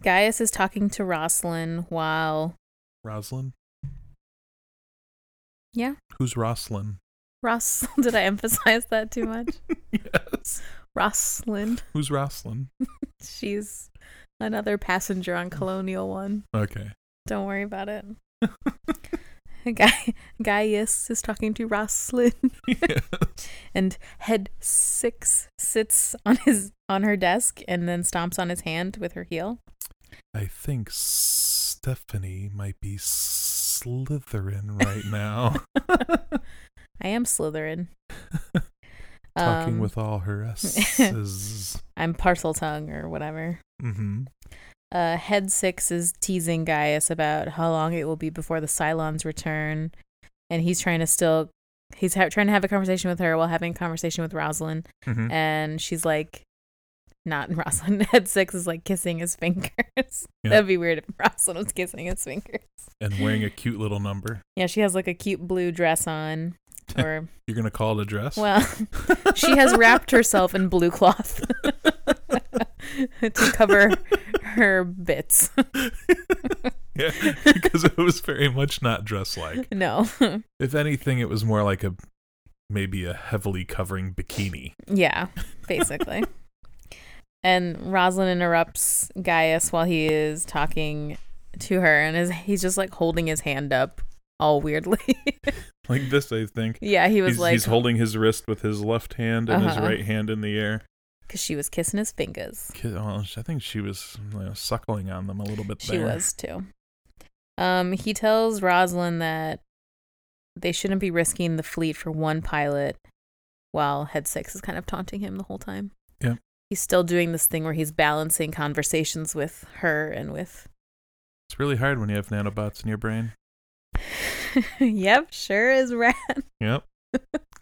Speaker 2: Gaius is talking to Rosalind while
Speaker 1: Roslyn?
Speaker 2: Yeah.
Speaker 1: Who's Roslyn?
Speaker 2: Ross did I emphasize that too much?
Speaker 1: yes.
Speaker 2: Rosalind.
Speaker 1: Who's Roslyn?
Speaker 2: She's another passenger on Colonial One.
Speaker 1: Okay.
Speaker 2: Don't worry about it. Guy Gaius is talking to Roslyn, and head six sits on his on her desk and then stomps on his hand with her heel.
Speaker 1: I think Stephanie might be Slytherin right now.
Speaker 2: I am Slytherin.
Speaker 1: Talking
Speaker 2: Um,
Speaker 1: with all her S's.
Speaker 2: I'm parcel tongue or whatever.
Speaker 1: hmm
Speaker 2: Uh, Head Six is teasing Gaius about how long it will be before the Cylons return, and he's trying to still he's ha- trying to have a conversation with her while having a conversation with Rosalind,
Speaker 1: hmm
Speaker 2: and she's like, not Rosalind. Head Six is like kissing his fingers.
Speaker 1: Yeah.
Speaker 2: That'd be weird if Rosalind was kissing his fingers.
Speaker 1: And wearing a cute little number.
Speaker 2: Yeah, she has like a cute blue dress on, or
Speaker 1: You're gonna call it a dress?
Speaker 2: well, she has wrapped herself in blue cloth to cover her bits.
Speaker 1: yeah, because it was very much not dress like.
Speaker 2: No.
Speaker 1: If anything, it was more like a maybe a heavily covering bikini.
Speaker 2: Yeah, basically. and Rosalind interrupts Gaius while he is talking to her, and is he's just like holding his hand up all weirdly.
Speaker 1: Like this, I think.
Speaker 2: yeah, he was
Speaker 1: he's,
Speaker 2: like
Speaker 1: he's holding his wrist with his left hand and his
Speaker 2: Uh-huh.
Speaker 1: right hand in the air.
Speaker 2: because she was kissing his fingers.
Speaker 1: Ki- well, I think she was you know, suckling on them a little bit
Speaker 2: She
Speaker 1: there.
Speaker 2: was too. Um, he tells Rosalind that they shouldn't be risking the fleet for one pilot, while Head Six is kind of taunting him the whole time.
Speaker 1: Yeah.
Speaker 2: He's still doing this thing where he's balancing conversations with her and with
Speaker 1: It's really hard when you have nanobots in your brain.
Speaker 2: yep, sure is rat.
Speaker 1: Yep.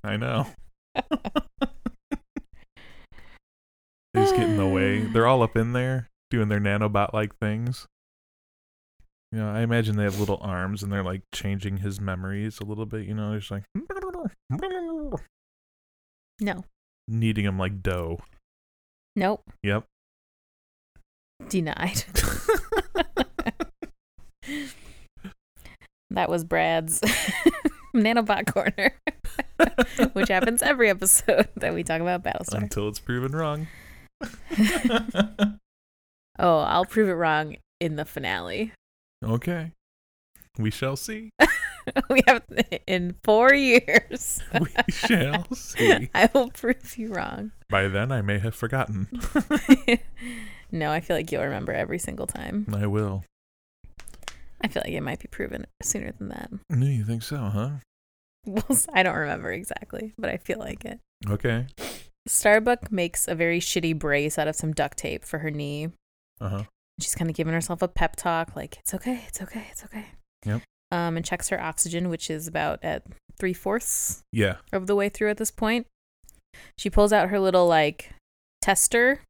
Speaker 1: I know. They just get in the way. They're all up in there doing their nanobot like things. You know, I imagine they have little arms and they're like changing his memories a little bit. You know, they're just like
Speaker 2: No.
Speaker 1: kneading him like dough.
Speaker 2: Nope.
Speaker 1: Yep.
Speaker 2: Denied. that was Brad's nanobot corner, which happens every episode that we talk about Battlestar.
Speaker 1: Until it's proven wrong.
Speaker 2: Oh, I'll prove it wrong in the finale.
Speaker 1: okay. We shall see.
Speaker 2: we have in four years.
Speaker 1: We shall see.
Speaker 2: I will prove you wrong.
Speaker 1: By then, I may have forgotten.
Speaker 2: no, I feel like you'll remember every single time.
Speaker 1: I will.
Speaker 2: I feel like it might be proven sooner than that.
Speaker 1: No, you think so, huh?
Speaker 2: Well, s- I don't remember exactly, but I feel like it.
Speaker 1: Okay.
Speaker 2: Starbuck makes a very shitty brace out of some duct tape for her knee.
Speaker 1: Uh huh.
Speaker 2: She's kind of giving herself a pep talk, like it's okay, it's okay, it's okay.
Speaker 1: Yep.
Speaker 2: Um, and checks her oxygen, which is about at three fourths
Speaker 1: Yeah.
Speaker 2: of the way through at this point. She pulls out her little like tester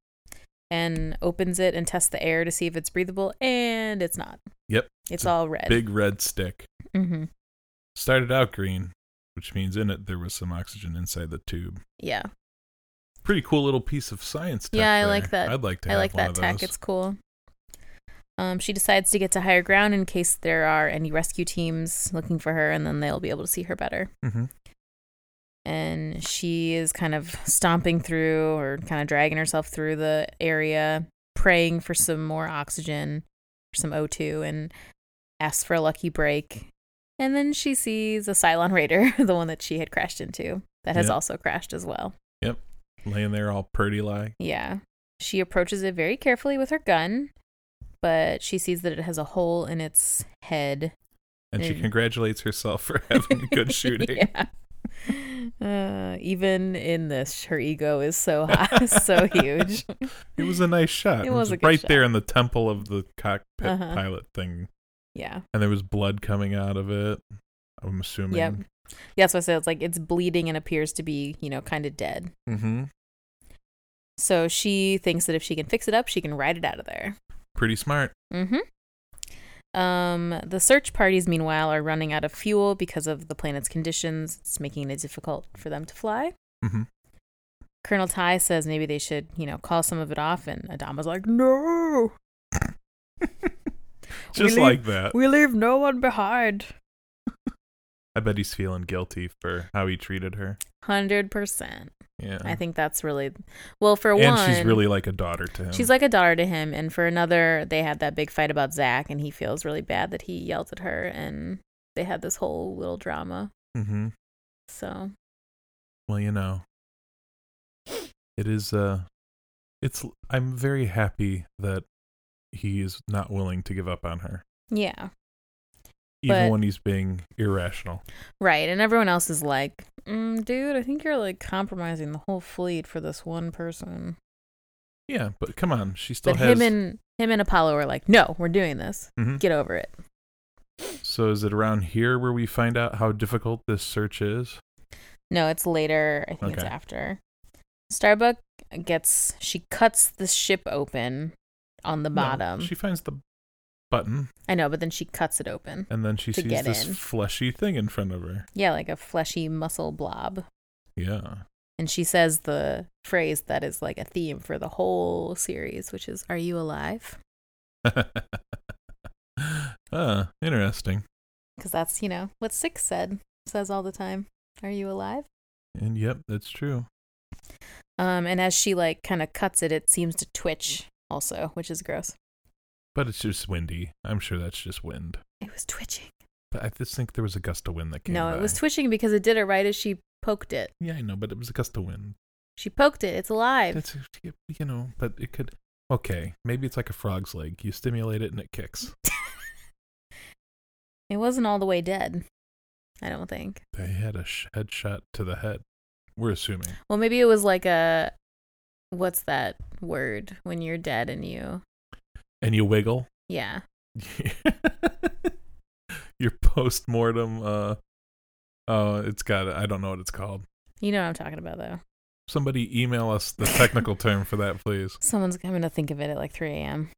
Speaker 2: and opens it and tests the air to see if it's breathable, and it's not.
Speaker 1: Yep.
Speaker 2: It's
Speaker 1: a
Speaker 2: all red.
Speaker 1: Big red stick.
Speaker 2: hmm
Speaker 1: Started out green, which means in it there was some oxygen inside the tube.
Speaker 2: Yeah,
Speaker 1: Pretty cool little piece of science. Tech
Speaker 2: Yeah, I
Speaker 1: there.
Speaker 2: like that.
Speaker 1: I'd like to.
Speaker 2: I
Speaker 1: have
Speaker 2: like
Speaker 1: one
Speaker 2: that
Speaker 1: of
Speaker 2: tech.
Speaker 1: those.
Speaker 2: It's cool. Um, she decides to get to higher ground in case there are any rescue teams looking for her, and then they'll be able to see her better.
Speaker 1: Mhm.
Speaker 2: And she is kind of stomping through or kind of dragging herself through the area, praying for some more oxygen, for some O2, and asks for a lucky break. And then she sees a Cylon Raider, the one that she had crashed into, that has
Speaker 1: Yeah.
Speaker 2: also crashed as well.
Speaker 1: laying there all pretty like.
Speaker 2: Yeah. She approaches it very carefully with her gun, but she sees that it has a hole in its head.
Speaker 1: And she
Speaker 2: Mm.
Speaker 1: congratulates herself for having good shooting.
Speaker 2: yeah. Uh, even in this, her ego is so high, so huge.
Speaker 1: It was a nice shot.
Speaker 2: It was a good
Speaker 1: right
Speaker 2: shot.
Speaker 1: there in the temple of the cockpit
Speaker 2: Uh-huh.
Speaker 1: pilot thing.
Speaker 2: Yeah.
Speaker 1: And there was blood coming out of it. I'm assuming.
Speaker 2: Yep. Yeah, so I said it's like it's bleeding and appears to be, you know, kind of dead.
Speaker 1: Mm-hmm.
Speaker 2: So she thinks that if she can fix it up, she can ride it out of there.
Speaker 1: Pretty smart.
Speaker 2: Mm-hmm. Um, the search parties, meanwhile, are running out of fuel because of the planet's conditions. It's making it difficult for them to fly.
Speaker 1: Mm-hmm.
Speaker 2: Colonel Ty says maybe they should, you know, call some of it off, and Adama's like, "No,
Speaker 1: Just
Speaker 2: leave-
Speaker 1: like that.
Speaker 2: we leave no one behind."
Speaker 1: I bet he's feeling guilty for how he treated her.
Speaker 2: Hundred percent.
Speaker 1: Yeah.
Speaker 2: I think that's really well for
Speaker 1: and
Speaker 2: one.
Speaker 1: she's really like a daughter to him.
Speaker 2: she's like a daughter to him, and for another, they had that big fight about Zach, and he feels really bad that he yelled at her, and they had this whole little drama.
Speaker 1: mm-hmm.
Speaker 2: So
Speaker 1: Well, you know, it is. Uh, it's. I'm very happy that he is not willing to give up on her.
Speaker 2: yeah.
Speaker 1: even
Speaker 2: But-
Speaker 1: when he's being irrational.
Speaker 2: Right. And everyone else is like, mm, dude, I think you're like compromising the whole fleet for this one person.
Speaker 1: Yeah, but come on, she still
Speaker 2: but
Speaker 1: has.
Speaker 2: him and him and Apollo are like, no, we're doing this.
Speaker 1: Mhm.
Speaker 2: Get over it.
Speaker 1: So is it around here where we find out how difficult this search is?
Speaker 2: No, it's later. I think it's
Speaker 1: Okay.
Speaker 2: after. Starbuck gets she cuts the ship open on the
Speaker 1: No,
Speaker 2: bottom.
Speaker 1: she finds the button,
Speaker 2: I know, but then she cuts it open.
Speaker 1: and then she
Speaker 2: To
Speaker 1: sees
Speaker 2: get
Speaker 1: this
Speaker 2: in.
Speaker 1: fleshy thing in front of her.
Speaker 2: Yeah, like a fleshy muscle blob.
Speaker 1: Yeah.
Speaker 2: And she says the phrase that is like a theme for the whole series, which is "Are you alive?"
Speaker 1: uh, interesting.
Speaker 2: Because that's you know what Six said says all the time. Are you alive?
Speaker 1: And yep, that's true.
Speaker 2: Um, and as she like kind of cuts it, it seems to twitch also, which is gross.
Speaker 1: But it's just windy. I'm sure that's just wind.
Speaker 2: It was twitching.
Speaker 1: But I just think there was a gust of wind that came.
Speaker 2: no, it
Speaker 1: by.
Speaker 2: was twitching because it did it right as she poked it.
Speaker 1: yeah, I know, but it was a gust of wind.
Speaker 2: She poked it. It's alive.
Speaker 1: That's you know, but it could. Okay, maybe it's like a frog's leg. You stimulate it and it kicks.
Speaker 2: It wasn't all the way dead. I don't think.
Speaker 1: They had a sh- headshot to the head. We're assuming.
Speaker 2: Well, maybe it was like a what's that word when you're dead and you
Speaker 1: And you wiggle.
Speaker 2: yeah.
Speaker 1: Your post mortem. Uh, uh, it's got. I don't know what it's called.
Speaker 2: You know what I'm talking about though.
Speaker 1: Somebody email us the technical term for that, please.
Speaker 2: Someone's coming to think of it at like 3 a.m.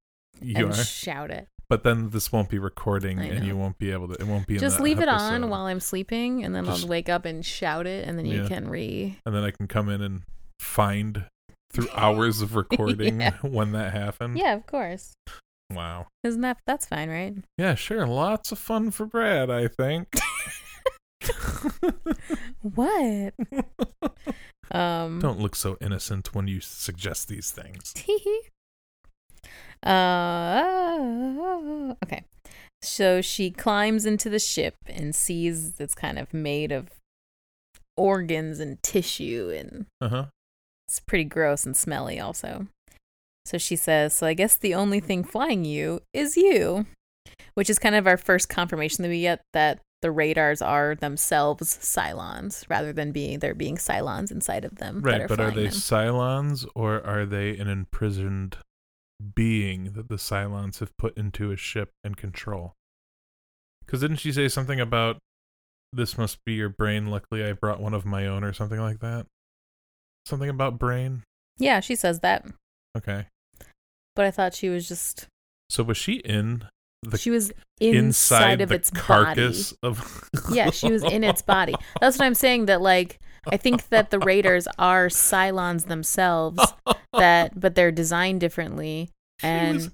Speaker 1: You
Speaker 2: and
Speaker 1: are.
Speaker 2: shout it.
Speaker 1: But then this won't be recording,
Speaker 2: I
Speaker 1: and
Speaker 2: know.
Speaker 1: you won't be able to. It won't be.
Speaker 2: Just
Speaker 1: in the
Speaker 2: leave it
Speaker 1: episode.
Speaker 2: on while I'm sleeping, and then
Speaker 1: Just-
Speaker 2: I'll wake up and shout it, and then you
Speaker 1: Yeah.
Speaker 2: can re.
Speaker 1: and then I can come in and find through hours of recording
Speaker 2: Yeah.
Speaker 1: when that happened.
Speaker 2: Yeah, of course.
Speaker 1: Wow.
Speaker 2: Isn't that that's fine, right?
Speaker 1: Yeah, sure. Lots of fun for Brad, I think.
Speaker 2: What? Um,
Speaker 1: Don't look so innocent when you suggest these things.
Speaker 2: uh, okay. So she climbs into the ship and sees it's kind of made of organs and tissue, and
Speaker 1: Uh huh.
Speaker 2: it's pretty gross and smelly, also. So she says, So I guess the only thing flying you is you, which is kind of our first confirmation that we get that the radars are themselves Cylons rather than being there being Cylons inside of them. that
Speaker 1: Right, but are
Speaker 2: flying
Speaker 1: they
Speaker 2: them.
Speaker 1: Cylons or are they an imprisoned being that the Cylons have put into a ship and control? Because didn't she say something about this must be your brain? Luckily, I brought one of my own or something like that. Something about brain.
Speaker 2: Yeah, she says that.
Speaker 1: Okay.
Speaker 2: But I thought she was just
Speaker 1: So was she in the
Speaker 2: she was inside, of
Speaker 1: the
Speaker 2: its
Speaker 1: carcass of?
Speaker 2: body. Yeah, she was in its body. That's what I'm saying. That like I think that the raiders are Cylons themselves. That but they're designed differently,
Speaker 1: She
Speaker 2: and
Speaker 1: was-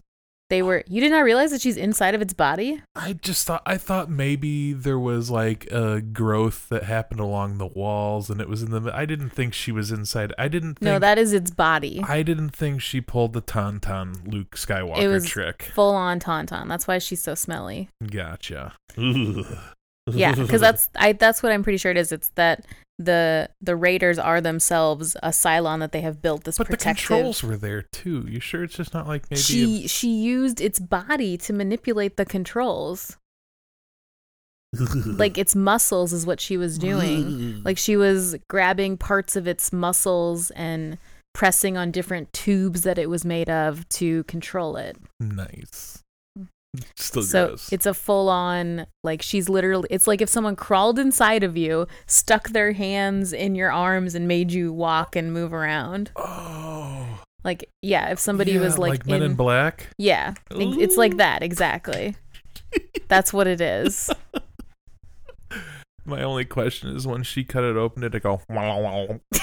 Speaker 2: they were. You did not realize that she's inside of its body.
Speaker 1: I just thought I thought maybe there was like a growth that happened along the walls, and it was in the. I didn't think she was inside. I didn't. Think,
Speaker 2: No, that is its body.
Speaker 1: I didn't think she pulled the Tauntaun Luke Skywalker
Speaker 2: was-
Speaker 1: trick.
Speaker 2: Full on tauntaun. That's why she's so smelly.
Speaker 1: Gotcha.
Speaker 2: Yeah,
Speaker 1: yeah,
Speaker 2: because that's I. That's what I'm pretty sure it is. It's that the the raiders are themselves a Cylon that they have built this
Speaker 1: But the
Speaker 2: protective.
Speaker 1: controls were there too. You sure it's just not like maybe?
Speaker 2: she she used its body to manipulate the controls like its muscles is what she was
Speaker 1: Mm.
Speaker 2: doing like she was grabbing parts of its muscles and pressing on different tubes that it was made of to control it
Speaker 1: nice. Still
Speaker 2: so
Speaker 1: gross.
Speaker 2: it's a full on like she's literally it's like if someone crawled inside of you stuck their hands in your arms and made you walk and move around
Speaker 1: oh,
Speaker 2: like yeah if somebody
Speaker 1: yeah,
Speaker 2: was like,
Speaker 1: Men
Speaker 2: in
Speaker 1: in Black.
Speaker 2: Yeah, ex- it's
Speaker 1: Ooh.
Speaker 2: like that exactly. That's what it is.
Speaker 1: My only question is when she cut it open, did it go?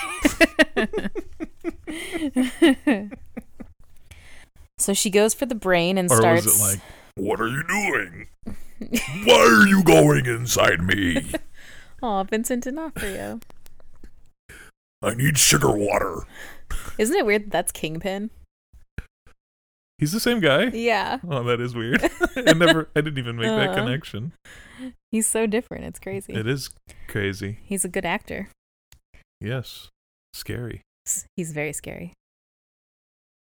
Speaker 2: so she goes for the brain and
Speaker 1: or
Speaker 2: starts.
Speaker 1: was it like, "What are you doing? Why are you going inside me?
Speaker 2: "Oh, Vincent D'Onofrio."
Speaker 1: I need sugar water."
Speaker 2: Isn't it weird that that's Kingpin?
Speaker 1: He's the same guy.
Speaker 2: Yeah,
Speaker 1: Oh, that is weird. I never, I didn't even make that
Speaker 2: Uh,
Speaker 1: connection.
Speaker 2: he's so different. It's crazy.
Speaker 1: It is crazy.
Speaker 2: He's a good actor.
Speaker 1: Yes, scary.
Speaker 2: S- He's very scary.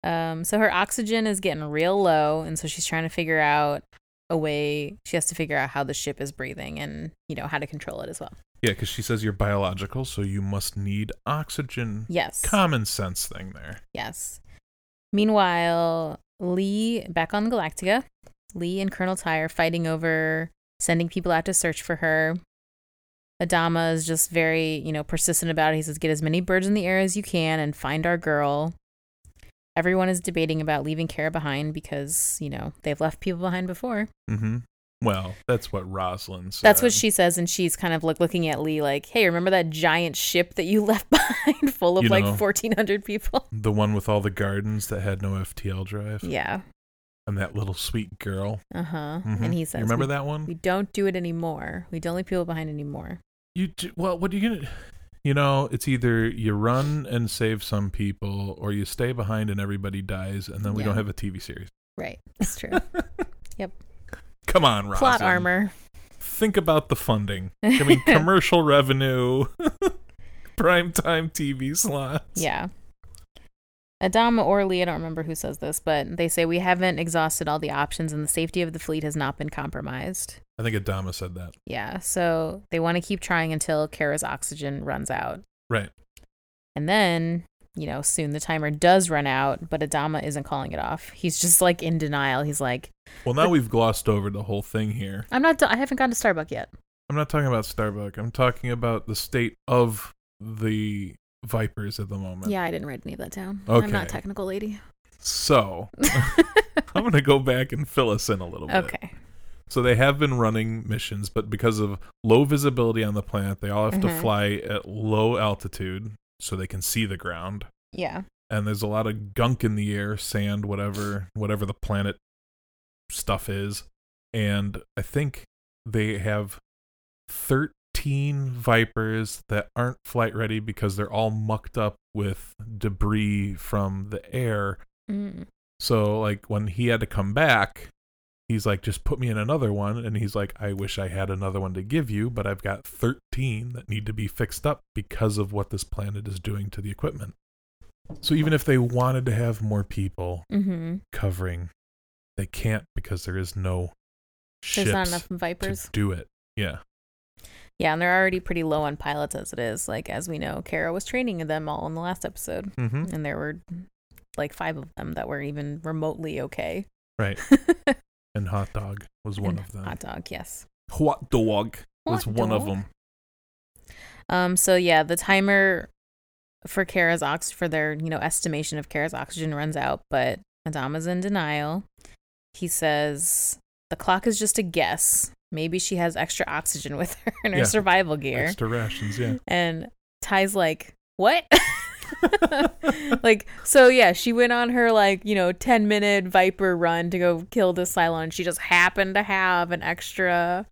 Speaker 2: Um, so her oxygen is getting real low, and so she's trying to figure out a way she has to figure out how the ship is breathing and you know how to control it as well.
Speaker 1: Yeah, because she says you're biological, so you must need oxygen.
Speaker 2: Yes.
Speaker 1: Common sense thing there.
Speaker 2: Yes. Meanwhile, Lee back on Galactica. Lee and Colonel Ty are fighting over sending people out to search for her. Adama is just very, you know, persistent about it. He says, "Get as many birds in the air as you can and find our girl." Everyone is debating about leaving Kara behind because, you know, they've left people behind before.
Speaker 1: Mm-hmm. Well, that's what Rosalind said.
Speaker 2: That's what she says, and she's kind of like looking at Lee, like, "Hey, remember that giant ship that you left behind, full of
Speaker 1: You know.
Speaker 2: like fourteen hundred people?"
Speaker 1: The one with all the gardens that had no FTL drive
Speaker 2: Yeah.
Speaker 1: and that little sweet girl.
Speaker 2: Uh huh.
Speaker 1: Mhm.
Speaker 2: And he says,
Speaker 1: "You remember
Speaker 2: we,
Speaker 1: that one?
Speaker 2: We don't do it anymore. We don't leave people behind anymore."
Speaker 1: You j- well, what are you gonna? You know, it's either you run and save some people, or you stay behind and everybody dies, and then we
Speaker 2: Yeah.
Speaker 1: don't have a TV series.
Speaker 2: Right. That's true. Yep.
Speaker 1: Come on, Rosalind.
Speaker 2: Plot armor.
Speaker 1: Think about the funding. I mean, commercial revenue, primetime TV slots.
Speaker 2: Yeah. Adama or Lee, I don't remember who says this, but they say we haven't exhausted all the options and the safety of the fleet has not been compromised.
Speaker 1: I think Adama said that.
Speaker 2: Yeah, so they want to keep trying until Kara's oxygen runs out.
Speaker 1: Right.
Speaker 2: And then, you know, soon the timer does run out, but Adama isn't calling it off. He's just like in denial. He's like,
Speaker 1: Well, now we've glossed over the whole thing here.
Speaker 2: I'm not, do- I haven't gone to Starbuck yet.
Speaker 1: I'm not talking about Starbuck. I'm talking about the state of the Vipers at the moment.
Speaker 2: Yeah, I didn't write any of that down.
Speaker 1: Okay.
Speaker 2: I'm not a technical lady.
Speaker 1: So I'm going to go back and fill us in a little bit.
Speaker 2: okay.
Speaker 1: So they have been running missions, but because of low visibility on the planet, they all have to
Speaker 2: Mhm.
Speaker 1: fly at low altitude so they can see the ground.
Speaker 2: Yeah.
Speaker 1: And there's a lot of gunk in the air, sand, whatever, whatever the planet stuff is. And I think they have 13 Vipers that aren't flight ready because they're all mucked up with debris from the air.
Speaker 2: Mm.
Speaker 1: So like when he had to come back, he's like, just put me in another one. And he's like, I wish I had another one to give you, but I've got 13 that need to be fixed up because of what this planet is doing to the equipment. So even if they wanted to have more people
Speaker 2: Mm-hmm.
Speaker 1: covering, they can't because there is no
Speaker 2: There's
Speaker 1: ships
Speaker 2: not enough
Speaker 1: to
Speaker 2: Vipers.
Speaker 1: do it. Yeah.
Speaker 2: Yeah, and they're already pretty low on pilots as it is. Like as we know, Kara was training them all in the last episode,
Speaker 1: Mm-hmm.
Speaker 2: and there were like five of them that were even remotely okay.
Speaker 1: Right. And hot dog was one
Speaker 2: And
Speaker 1: of them.
Speaker 2: Hot dog, yes.
Speaker 1: Hot dog was
Speaker 2: Hot
Speaker 1: one of
Speaker 2: dog.
Speaker 1: them.
Speaker 2: Um. So yeah, the timer for Kara's ox for their you know estimation of Kara's oxygen runs out, but Adama's in denial. He says the clock is just a guess. Maybe she has extra oxygen with her in her
Speaker 1: Yeah.
Speaker 2: survival gear.
Speaker 1: Extra rations, yeah.
Speaker 2: And Ty's like, what? like, so yeah, she went on her like, you know, 10 minute Viper run to go kill the Cylon. She just happened to have an extra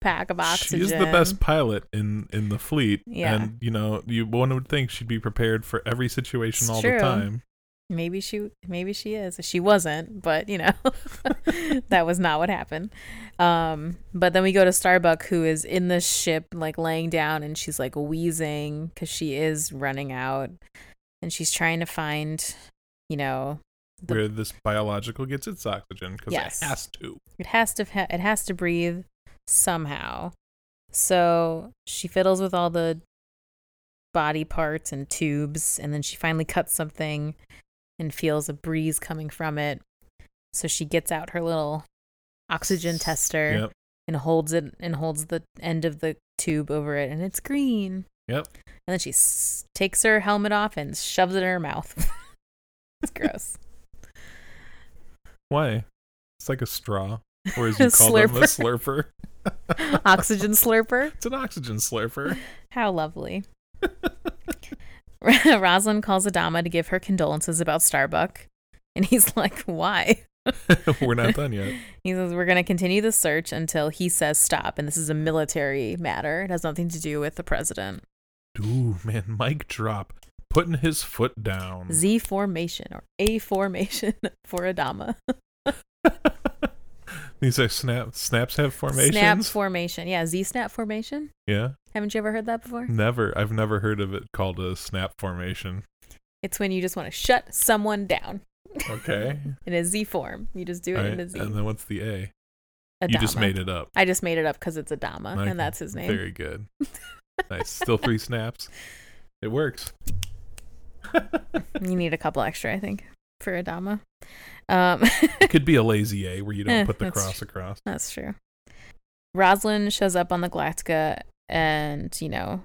Speaker 2: pack of oxygen.
Speaker 1: She is the best pilot in in the fleet.
Speaker 2: Yeah.
Speaker 1: And you know, you one would think she'd be prepared for every situation
Speaker 2: It's
Speaker 1: all
Speaker 2: true.
Speaker 1: the time.
Speaker 2: Maybe she, maybe she is. She wasn't, but you know, that was not what happened. Um, but then we go to Starbuck, who is in the ship, like laying down, and she's like wheezing because she is running out, and she's trying to find, you know, The-
Speaker 1: Where this biological gets its oxygen because
Speaker 2: Yes.
Speaker 1: it has to.
Speaker 2: It has to ha- it has to breathe somehow. So she fiddles with all the body parts and tubes and then she finally cuts something and feels a breeze coming from it. So she gets out her little oxygen tester
Speaker 1: Yep.
Speaker 2: and holds it and holds the end of the tube over it and it's green.
Speaker 1: Yep.
Speaker 2: And then she s- takes her helmet off and shoves it in her mouth. it's gross.
Speaker 1: Why? It's like a straw. Or as you call them, a slurper.
Speaker 2: Oxygen slurper.
Speaker 1: It's an oxygen slurper.
Speaker 2: How lovely. Rosalind calls Adama to give her condolences about Starbuck. And he's like, why?
Speaker 1: We're not done yet.
Speaker 2: He says, we're going to continue the search until he says stop. And this is a military matter. It has nothing to do with the president.
Speaker 1: Ooh, man, mic drop. Putting his foot down.
Speaker 2: Z formation or A formation for Adama.
Speaker 1: These are snap snaps have formations.
Speaker 2: Snap formation. Yeah, Z snap formation.
Speaker 1: yeah.
Speaker 2: Haven't you ever heard that before?
Speaker 1: Never. I've never heard of it called a snap formation.
Speaker 2: It's when you just want to shut someone down
Speaker 1: Okay.
Speaker 2: in a Z form. You just do it
Speaker 1: All right,
Speaker 2: in a Z.
Speaker 1: And then what's the A?
Speaker 2: Adama.
Speaker 1: You just made it up.
Speaker 2: I just made it up because it's Adama,
Speaker 1: Michael.
Speaker 2: and that's his name.
Speaker 1: Very good. nice. Still three snaps. It works.
Speaker 2: You need a couple extra, I think, for Adama. Um,
Speaker 1: It could be a lazy A where you
Speaker 2: Eh,
Speaker 1: don't put the
Speaker 2: that's
Speaker 1: cross across.
Speaker 2: that's true. Roslyn shows up on the Galactica and, you know,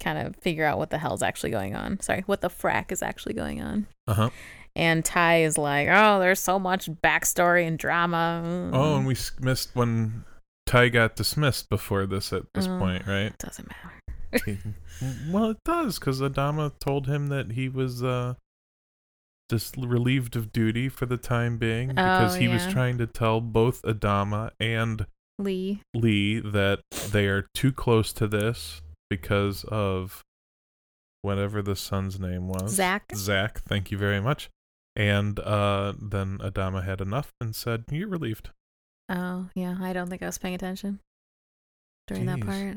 Speaker 2: kind of figure out what the hell's actually going on. Sorry, what the frack is actually going on.
Speaker 1: Uh huh.
Speaker 2: And Ty is like, oh, there's so much backstory and drama. Mm.
Speaker 1: Oh, and we s- missed when Ty got dismissed before this at this
Speaker 2: Oh.
Speaker 1: point, right?
Speaker 2: doesn't matter.
Speaker 1: well, it does because Adama told him that he was uh, just relieved of duty for the time being because
Speaker 2: Oh,
Speaker 1: he was
Speaker 2: yeah.
Speaker 1: trying to tell both Adama and
Speaker 2: Lee.
Speaker 1: Lee that they are too close to this because of whatever the son's name was.
Speaker 2: Zach.
Speaker 1: Zach, thank you very much. And uh, then Adama had enough and said, You're relieved.
Speaker 2: Oh, yeah. I don't think I was paying attention during that
Speaker 1: Jeez.
Speaker 2: part.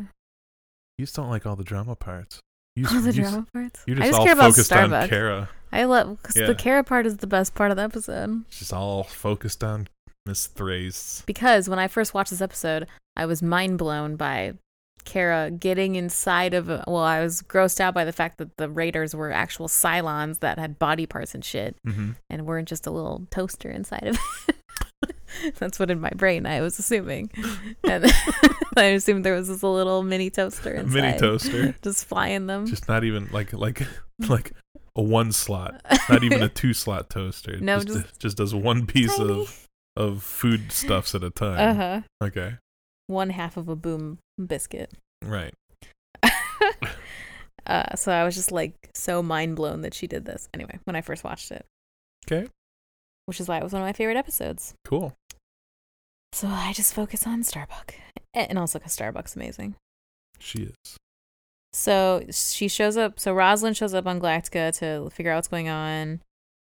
Speaker 1: You just don't like all the drama parts. You,
Speaker 2: All the
Speaker 1: you-
Speaker 2: drama parts.
Speaker 1: You're
Speaker 2: I
Speaker 1: just,
Speaker 2: just
Speaker 1: all
Speaker 2: care about
Speaker 1: focused on
Speaker 2: Starbucks.
Speaker 1: Kara.
Speaker 2: I love because
Speaker 1: Yeah.
Speaker 2: the Kara part is the best part of the episode.
Speaker 1: She's all focused on Miss Thrace.
Speaker 2: Because when I first watched this episode, I was mind blown by Kara getting inside of. A, well, I was grossed out by the fact that the Raiders were actual Cylons that had body parts and shit,
Speaker 1: hmm
Speaker 2: and weren't just a little toaster inside of. it. That's what in my brain I was assuming, and I assumed there was just a little mini toaster inside,
Speaker 1: Mini toaster.
Speaker 2: just flying them.
Speaker 1: Just not even like like like a one slot, not even a two slot toaster.
Speaker 2: No,
Speaker 1: just, just does one piece
Speaker 2: Tiny.
Speaker 1: of of food stuffs at a
Speaker 2: Uh
Speaker 1: time.
Speaker 2: huh.
Speaker 1: Okay,
Speaker 2: One half of a boom biscuit.
Speaker 1: right.
Speaker 2: Uh, so I was just like so mind blown that she did this. Anyway, when I first watched it.
Speaker 1: Okay.
Speaker 2: Which is why it was one of my favorite episodes.
Speaker 1: Cool.
Speaker 2: So I just focus on Starbuck, A- and also because Starbuck's amazing.
Speaker 1: She is.
Speaker 2: So she shows up. So Rosalind shows up on Galactica to figure out what's going on.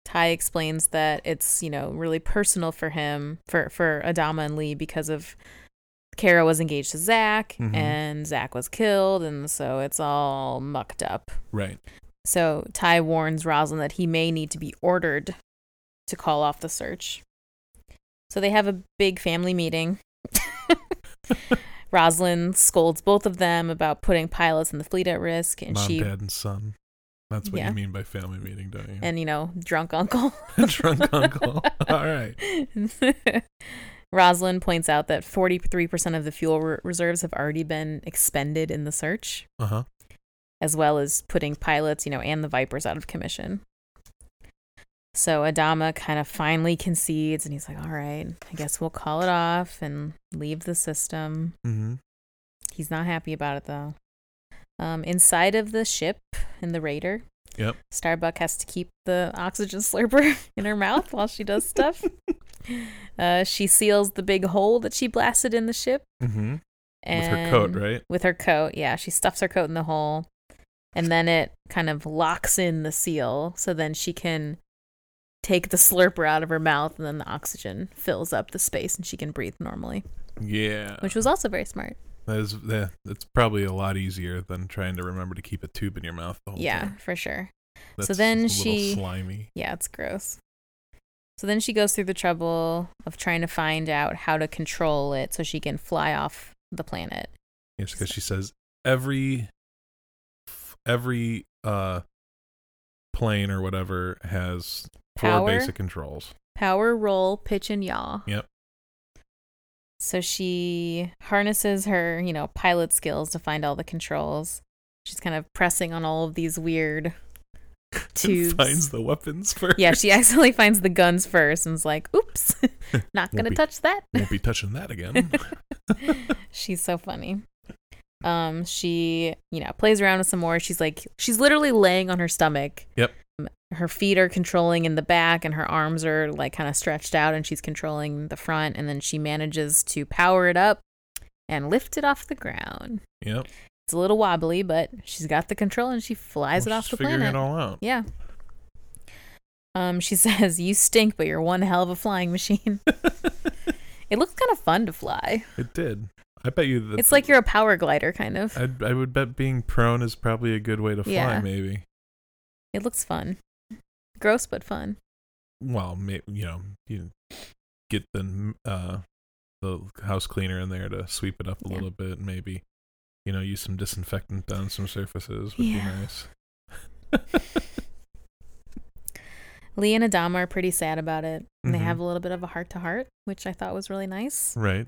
Speaker 2: Ty explains that it's you know really personal for him for for Adama and Lee because of Kara was engaged to Zach
Speaker 1: Mhm.
Speaker 2: and Zach was killed, and so it's all mucked up.
Speaker 1: Right.
Speaker 2: So Ty warns Rosalind that he may need to be ordered to call off the search. So they have a big family meeting. Rosalind scolds both of them about putting pilots in the fleet at risk, and
Speaker 1: Mom,
Speaker 2: she
Speaker 1: dad, and son. That's what
Speaker 2: Yeah.
Speaker 1: you mean by family meeting, don't you?
Speaker 2: and you know drunk uncle.
Speaker 1: Drunk uncle. All right.
Speaker 2: Rosalind points out that 43% of the fuel re- reserves have already been expended in the search.
Speaker 1: Uh huh.
Speaker 2: as well as putting pilots, you know, and the Vipers out of commission. So Adama kind of finally concedes and he's like, all right, I guess we'll call it off and leave the system.
Speaker 1: Mm-hmm.
Speaker 2: He's not happy about it though. Um, inside of the ship in the Raider,
Speaker 1: Yep.
Speaker 2: Starbuck has to keep the oxygen slurper in her mouth while she does stuff. Uh, she seals the big hole that she blasted in the ship
Speaker 1: Mm-hmm. With
Speaker 2: and
Speaker 1: her coat, right?
Speaker 2: with her coat. Yeah, she stuffs her coat in the hole, and then it kind of locks in the seal, so then she can take the slurper out of her mouth, and then the oxygen fills up the space, and she can breathe normally,
Speaker 1: Yeah.
Speaker 2: which was also very smart.
Speaker 1: That is that, that's probably a lot easier than trying to remember to keep a tube in your mouth the whole
Speaker 2: Yeah,
Speaker 1: time.
Speaker 2: for sure.
Speaker 1: That's
Speaker 2: then
Speaker 1: a little
Speaker 2: she-
Speaker 1: slimy.
Speaker 2: Yeah, it's gross. So then she goes through the trouble of trying to find out how to control it so she can fly off the planet.
Speaker 1: Yes, because she says every f- every uh plane or whatever has four
Speaker 2: Power?
Speaker 1: basic controls.
Speaker 2: Power, roll, pitch, and yaw.
Speaker 1: Yep.
Speaker 2: So she harnesses her, you know, pilot skills to find all the controls. She's kind of pressing on all of these weird tubes.
Speaker 1: It finds the weapons first.
Speaker 2: yeah, she accidentally finds the guns first and's like, oops,
Speaker 1: Won't
Speaker 2: not going
Speaker 1: be.
Speaker 2: to touch that.
Speaker 1: Won't be touching that again.
Speaker 2: She's so funny. Um, she, you know, plays around with some more. She's like, she's literally laying on her stomach.
Speaker 1: Yep.
Speaker 2: Her feet are controlling in the back, and her arms are like kind of stretched out, and she's controlling the front. And then she manages to power it up and lift it off the ground.
Speaker 1: yep.
Speaker 2: It's a little wobbly, but she's got the control, and she flies
Speaker 1: Well,
Speaker 2: it off
Speaker 1: she's
Speaker 2: the
Speaker 1: figuring
Speaker 2: planet.
Speaker 1: it all out.
Speaker 2: Yeah. Um, she says, "You stink, but you're one hell of a flying machine." it looks kind of fun to fly.
Speaker 1: It did. I bet you that
Speaker 2: It's like you're a power glider, kind of.
Speaker 1: I'd, I would bet being prone is probably a good way to fly.
Speaker 2: Yeah.
Speaker 1: Maybe.
Speaker 2: It looks fun. Gross, but fun.
Speaker 1: Well, may, you know, you get the uh, the house cleaner in there to sweep it up a
Speaker 2: Yeah.
Speaker 1: little bit, maybe. You know, use some disinfectant on some surfaces would
Speaker 2: Yeah.
Speaker 1: be nice.
Speaker 2: Lee and Adama are pretty sad about it. And They
Speaker 1: Mhm.
Speaker 2: have a little bit of a heart to heart, which I thought was really nice.
Speaker 1: Right.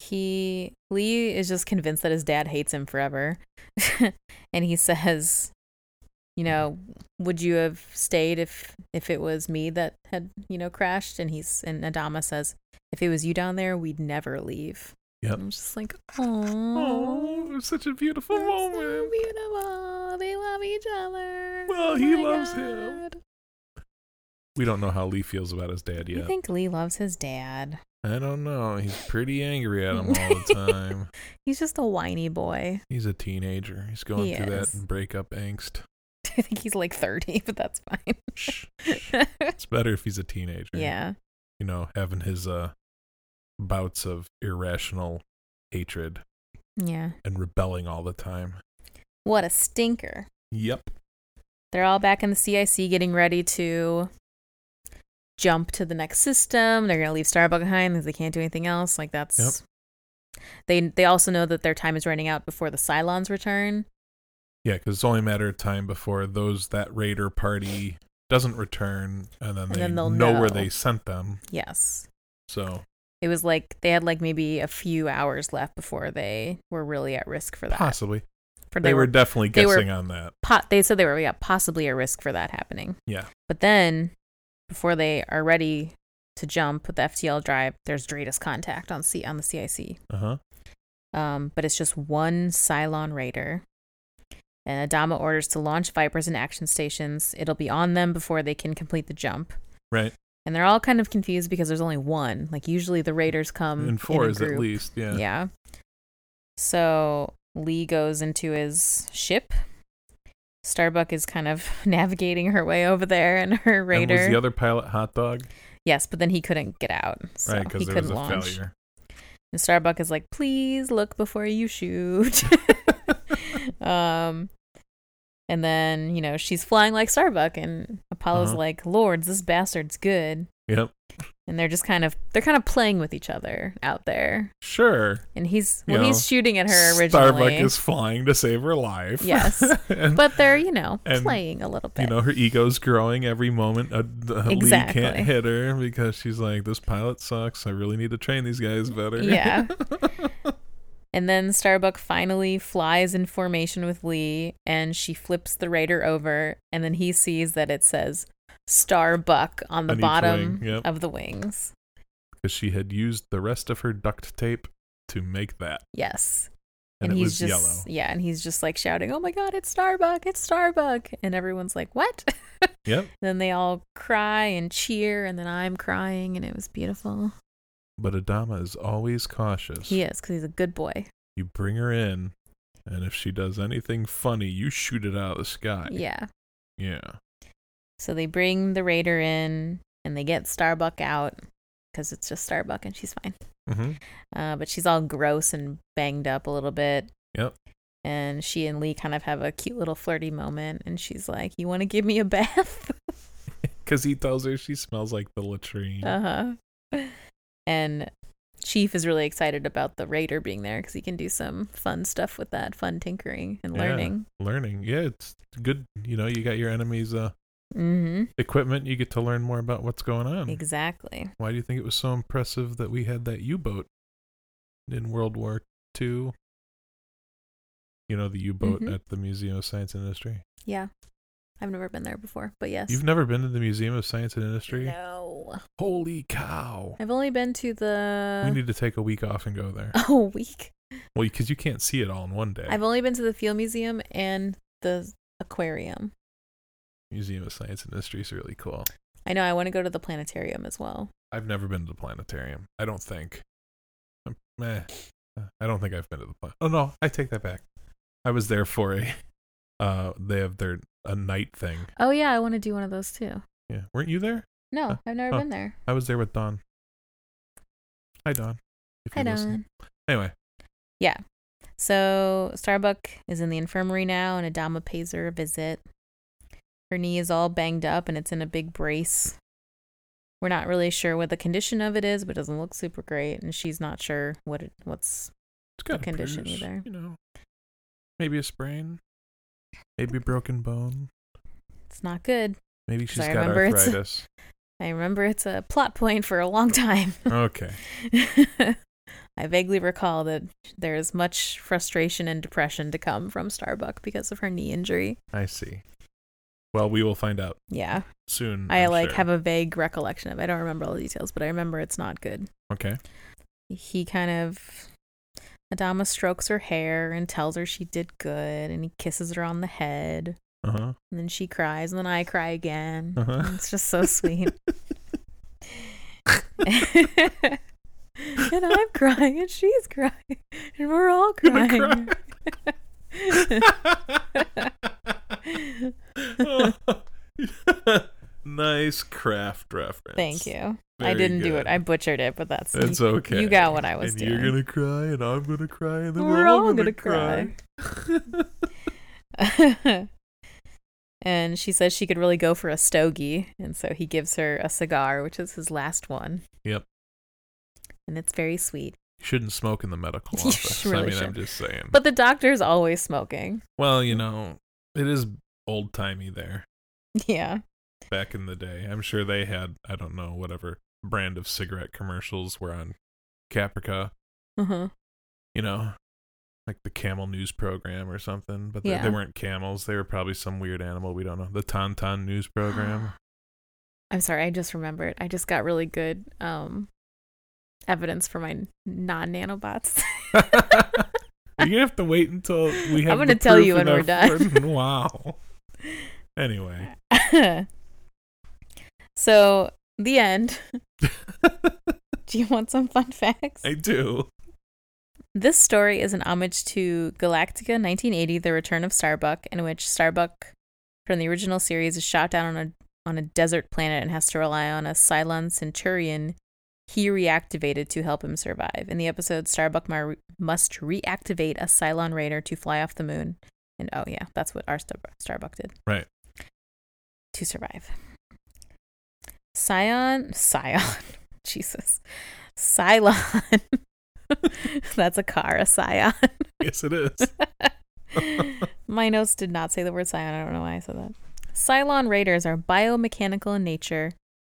Speaker 2: He Lee is just convinced that his dad hates him forever. and he says, you know, would you have stayed if if it was me that had, you know, crashed? And he's and Adama says, if it was you down there, we'd never leave.
Speaker 1: Yep.
Speaker 2: I'm just like, oh,
Speaker 1: Oh, it was such a beautiful
Speaker 2: so
Speaker 1: moment.
Speaker 2: beautiful. They love each other.
Speaker 1: Well,
Speaker 2: Oh
Speaker 1: he
Speaker 2: my
Speaker 1: loves him.
Speaker 2: God.
Speaker 1: We don't know how Lee feels about his dad
Speaker 2: You
Speaker 1: yet.
Speaker 2: think Lee loves his dad?
Speaker 1: I don't know. He's pretty angry at him all the time.
Speaker 2: He's just a whiny boy.
Speaker 1: He's a teenager. He's going
Speaker 2: He
Speaker 1: through
Speaker 2: is.
Speaker 1: that breakup angst.
Speaker 2: I think he's like 30, but that's
Speaker 1: Shh.
Speaker 2: fine.
Speaker 1: It's better if he's a teenager.
Speaker 2: yeah.
Speaker 1: You know, having his uh bouts of irrational hatred
Speaker 2: Yeah.
Speaker 1: and rebelling all the time.
Speaker 2: What a stinker.
Speaker 1: Yep.
Speaker 2: They're all back in the CIC getting ready to jump to the next system. They're going to leave Starbuck behind because they can't do anything else. Like that's They they also know that their time is running out before the Cylons return.
Speaker 1: Yeah, because it's only a matter of time before those that raider party doesn't return, and then
Speaker 2: And
Speaker 1: they
Speaker 2: then
Speaker 1: know,
Speaker 2: they'll
Speaker 1: where
Speaker 2: know.
Speaker 1: they sent them.
Speaker 2: Yes.
Speaker 1: So
Speaker 2: It was like they had like maybe a few hours left before they were really at risk for that.
Speaker 1: possibly
Speaker 2: For
Speaker 1: they, were, definitely
Speaker 2: they were-
Speaker 1: guessing on that.
Speaker 2: pot they said they were yeah possibly at risk for that happening
Speaker 1: Yeah.
Speaker 2: but then before they are ready to jump with the ftl drive there's Dratus contact on c on the cic
Speaker 1: Uh huh.
Speaker 2: um, but it's just one cylon raider and adama orders to launch vipers in action stations it'll be on them before they can complete the jump
Speaker 1: Right.
Speaker 2: and they're all kind of confused because there's only one like usually the raiders come
Speaker 1: in fours
Speaker 2: Um, in a
Speaker 1: at
Speaker 2: group.
Speaker 1: least. Yeah.
Speaker 2: Yeah. So Lee goes into his ship. Starbuck is kind of navigating her way over there and her
Speaker 1: And
Speaker 2: raider.
Speaker 1: was the other pilot hot dog?
Speaker 2: yes, but then he couldn't get out. So
Speaker 1: right,
Speaker 2: he
Speaker 1: because there was
Speaker 2: couldn't
Speaker 1: a
Speaker 2: launch.
Speaker 1: failure.
Speaker 2: And Starbuck is like, please look before you shoot. um and then, you know, she's flying like Starbuck and Apollo's
Speaker 1: Uh-huh.
Speaker 2: like, Lords, this bastard's good.
Speaker 1: Yep.
Speaker 2: And they're just kind of they're kind of playing with each other out there.
Speaker 1: Sure.
Speaker 2: And he's
Speaker 1: You
Speaker 2: well,
Speaker 1: know,
Speaker 2: he's shooting at her originally.
Speaker 1: Starbuck is flying to save her life.
Speaker 2: Yes.
Speaker 1: and,
Speaker 2: but they're you know
Speaker 1: And,
Speaker 2: playing a little bit.
Speaker 1: you know, her ego's growing every moment. Uh, the- Lee
Speaker 2: Exactly.
Speaker 1: can't hit her because she's like, this pilot sucks. I really need to train these guys better.
Speaker 2: yeah. and then Starbuck finally flies in formation with Lee, and she flips the raider over, and then he sees that it says Starbuck on the
Speaker 1: On each
Speaker 2: bottom
Speaker 1: wing, yep.
Speaker 2: of the wings.
Speaker 1: because she had used the rest of her duct tape to make that,
Speaker 2: Yes.
Speaker 1: and, it was
Speaker 2: just
Speaker 1: yellow.
Speaker 2: yeah, and he's just like shouting, "Oh my god, it's Starbuck! It's Starbuck!" And everyone's like, "What?"
Speaker 1: Yep.
Speaker 2: then they all cry and cheer, and then I'm crying, and it was beautiful.
Speaker 1: But Adama is always cautious.
Speaker 2: He is because he's a good boy.
Speaker 1: You bring her in, and if she does anything funny, you shoot it out of the sky.
Speaker 2: Yeah.
Speaker 1: Yeah.
Speaker 2: So they bring the raider in and they get Starbuck out because it's just Starbuck and she's fine.
Speaker 1: Mm-hmm.
Speaker 2: Uh, but she's all gross and banged up a little bit.
Speaker 1: Yep.
Speaker 2: And she and Lee kind of have a cute little flirty moment and she's like, You want to give me a bath?
Speaker 1: Because he tells her she smells like the latrine.
Speaker 2: uh huh. And Chief is really excited about the raider being there because he can do some fun stuff with that, fun tinkering and
Speaker 1: Yeah.
Speaker 2: learning.
Speaker 1: Learning. Yeah, it's good. You know, you got your enemy's uh,
Speaker 2: Mm
Speaker 1: equipment. You get to learn more about what's going
Speaker 2: hmm.
Speaker 1: on.
Speaker 2: Exactly.
Speaker 1: Why do you think it was so impressive that we had that U boat in World War II? You know, the U boat
Speaker 2: Mhm.
Speaker 1: at the Museum of Science and Industry.
Speaker 2: Yeah. I've never been there before, but yes.
Speaker 1: You've never been to the Museum of Science and Industry?
Speaker 2: no.
Speaker 1: Holy cow.
Speaker 2: I've only been to
Speaker 1: we
Speaker 2: the
Speaker 1: need to take a week off and go there.
Speaker 2: oh week.
Speaker 1: Well, because you can't see it all in one day.
Speaker 2: I've only been to the Field Museum and the aquarium.
Speaker 1: Museum of Science and Industry is really cool.
Speaker 2: I know I want to go to the planetarium as well.
Speaker 1: I've never been to the planetarium. I don't think. Um, meh. I don't think I've been to the planet. Oh no, I take that back. I was there for a. Uh, they have their a night thing.
Speaker 2: Oh yeah, I want to do one of those too.
Speaker 1: Yeah, weren't you there?
Speaker 2: No,
Speaker 1: Huh.
Speaker 2: I've never
Speaker 1: Huh.
Speaker 2: been there.
Speaker 1: I was there with Don. Hi, Don. If
Speaker 2: Hi
Speaker 1: you listen.
Speaker 2: Don.
Speaker 1: Anyway,
Speaker 2: So Starbuck is in the infirmary now, and Adama pays her a visit. Her knee is all banged up, and it's in a big brace. We're not really sure what the condition of it is, but it doesn't look super great, and she's not sure what it, what's
Speaker 1: It's got
Speaker 2: the condition
Speaker 1: bruise,
Speaker 2: either.
Speaker 1: You know, maybe a sprain, maybe a broken bone.
Speaker 2: it's not good.
Speaker 1: Maybe
Speaker 2: 'Cause
Speaker 1: she's
Speaker 2: I
Speaker 1: got
Speaker 2: remember it's-
Speaker 1: arthritis.
Speaker 2: I remember it's a plot point for a long time.
Speaker 1: okay.
Speaker 2: I vaguely recall that there is much frustration and depression to come from Starbuck because of her knee injury.
Speaker 1: I see. Well, we will find out
Speaker 2: Yeah.
Speaker 1: soon.
Speaker 2: I
Speaker 1: Mm, I'm
Speaker 2: like
Speaker 1: sure.
Speaker 2: have a vague recollection of it. I don't remember all the details, but I remember it's not good.
Speaker 1: Okay.
Speaker 2: He kind of Adama strokes her hair and tells her she did good and he kisses her on the head.
Speaker 1: Uh huh.
Speaker 2: And then she cries and then I cry again.
Speaker 1: Uh-huh.
Speaker 2: And It's just so sweet. and I'm crying and she's crying and we're all
Speaker 1: Gonna
Speaker 2: crying.
Speaker 1: nice craft reference.
Speaker 2: Thank you. I
Speaker 1: Very
Speaker 2: didn't do it.
Speaker 1: good.
Speaker 2: I butchered it, but that's
Speaker 1: That's okay.
Speaker 2: You got what I was
Speaker 1: And
Speaker 2: doing.
Speaker 1: you're gonna cry, and I'm gonna cry, and then
Speaker 2: We're all
Speaker 1: gonna,
Speaker 2: gonna
Speaker 1: cry.
Speaker 2: cry. and she says she could really go for a stogie, and so he gives her a cigar, which is his last one.
Speaker 1: Yep.
Speaker 2: And it's very sweet.
Speaker 1: Shouldn't smoke in the medical
Speaker 2: You
Speaker 1: office. I
Speaker 2: really
Speaker 1: mean, I'm
Speaker 2: should.
Speaker 1: just saying.
Speaker 2: But the doctor is always smoking.
Speaker 1: well, you know, it is old timey there.
Speaker 2: Yeah.
Speaker 1: Back in the day, I'm sure they had I don't know whatever brand of cigarette commercials were on Caprica.
Speaker 2: Uh-huh.
Speaker 1: you know, like the camel news program or something. But they,
Speaker 2: Yeah.
Speaker 1: they weren't camels. They were probably some weird animal. We don't know. The Tauntaun news program.
Speaker 2: I'm sorry, I just remembered. I just got really good um evidence for my non nanobots.
Speaker 1: You're gonna have to wait until we have.
Speaker 2: I'm gonna
Speaker 1: the
Speaker 2: tell
Speaker 1: proof
Speaker 2: you
Speaker 1: in
Speaker 2: when we're
Speaker 1: our
Speaker 2: done.
Speaker 1: form- wow. Anyway,
Speaker 2: so the end. Do you want some fun facts?
Speaker 1: I do.
Speaker 2: This story is an homage to Galactica 1980, The Return of Starbuck, in which Starbuck from the original series is shot down on a on a desert planet and has to rely on a Cylon Centurion he reactivated to help him survive. In the episode, Starbuck mar- must reactivate a Cylon Raider to fly off the moon. And oh yeah, that's what our Star- Starbuck did.
Speaker 1: Right.
Speaker 2: To survive. Scion, Scion, Jesus, Cylon. That's a car, a scion.
Speaker 1: Yes, it is.
Speaker 2: My notes did not say the word scion. I don't know why I said that. Cylon raiders are biomechanical in nature,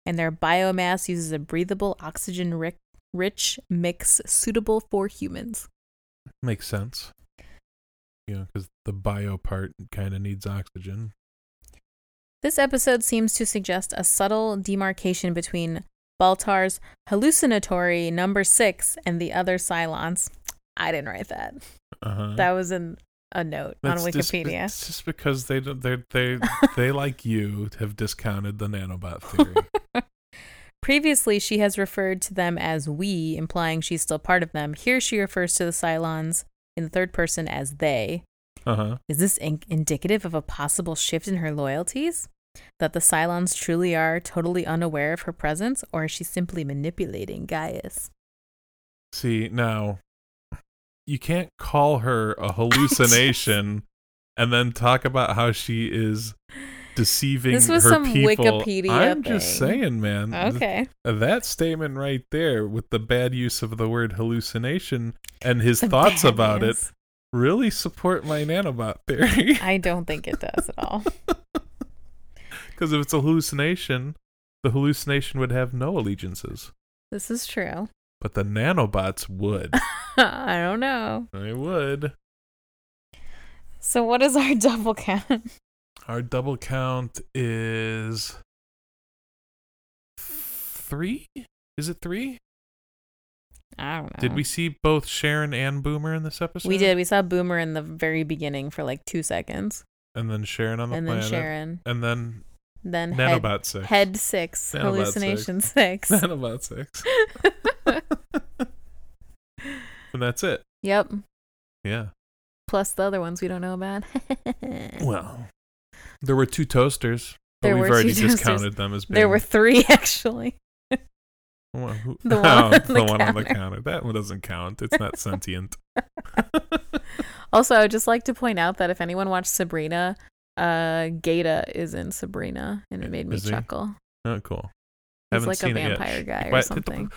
Speaker 2: and their biomass uses a breathable oxygen ric- rich mix suitable for humans.
Speaker 1: Makes sense. You know, because the bio part kind of needs oxygen.
Speaker 2: This episode seems to suggest a subtle demarcation between Baltar's hallucinatory number six and the other Cylons. I didn't write that.
Speaker 1: Uh huh.
Speaker 2: That was in a note on Wikipedia.
Speaker 1: Just, it's just because they don't, they're, they they like you have discounted the nanobot theory.
Speaker 2: Previously, she has referred to them as we, implying she's still part of them. Here, she refers to the Cylons in the third person as they.
Speaker 1: Uh huh.
Speaker 2: Is this in- indicative of a possible shift in her loyalties? That the Cylons truly are totally unaware of her presence, or is she simply manipulating Gaius?
Speaker 1: See now, you can't call her a hallucination and then talk about how she is deceiving
Speaker 2: This was
Speaker 1: her
Speaker 2: some
Speaker 1: people.
Speaker 2: Wikipedia
Speaker 1: I'm just
Speaker 2: thing.
Speaker 1: saying, man. th-
Speaker 2: Okay.
Speaker 1: that statement right there, with the bad use of the word hallucination and his
Speaker 2: The
Speaker 1: thoughts
Speaker 2: bad
Speaker 1: about it,
Speaker 2: news.
Speaker 1: really support my nanobot theory.
Speaker 2: I don't think it does at all.
Speaker 1: Because if it's a hallucination, the hallucination would have no allegiances,
Speaker 2: This is true.
Speaker 1: but the nanobots would.
Speaker 2: I don't know.
Speaker 1: they would.
Speaker 2: So, what is our double count?
Speaker 1: Our double count is three. Is it three?
Speaker 2: I don't know.
Speaker 1: Did we see both Sharon and Boomer in this episode?
Speaker 2: Uh-huh. We did. We saw Boomer in the very beginning for like two seconds,
Speaker 1: And then Sharon on the
Speaker 2: and then
Speaker 1: planet.
Speaker 2: Sharon,
Speaker 1: And then
Speaker 2: then head,
Speaker 1: nanobot six.
Speaker 2: head six,
Speaker 1: Nanobot
Speaker 2: hallucination six.
Speaker 1: Nanobot six. and that's it.
Speaker 2: yep.
Speaker 1: Yeah.
Speaker 2: Plus the other ones we don't know about.
Speaker 1: Well, there were two toasters. but
Speaker 2: There
Speaker 1: we've
Speaker 2: were two
Speaker 1: already
Speaker 2: toasters.
Speaker 1: discounted them as being
Speaker 2: there were three actually.
Speaker 1: The one, who-
Speaker 2: The one
Speaker 1: Oh,
Speaker 2: on the
Speaker 1: the one on the
Speaker 2: counter.
Speaker 1: counter. That one doesn't count. It's not sentient.
Speaker 2: Also, I would just like to point out that if anyone watched Sabrina, uh, Gata is in Sabrina, and it made me
Speaker 1: Is he?
Speaker 2: chuckle.
Speaker 1: oh, cool.
Speaker 2: He's
Speaker 1: Haven't
Speaker 2: like a
Speaker 1: seen it yet.
Speaker 2: vampire guy or
Speaker 1: But-
Speaker 2: something.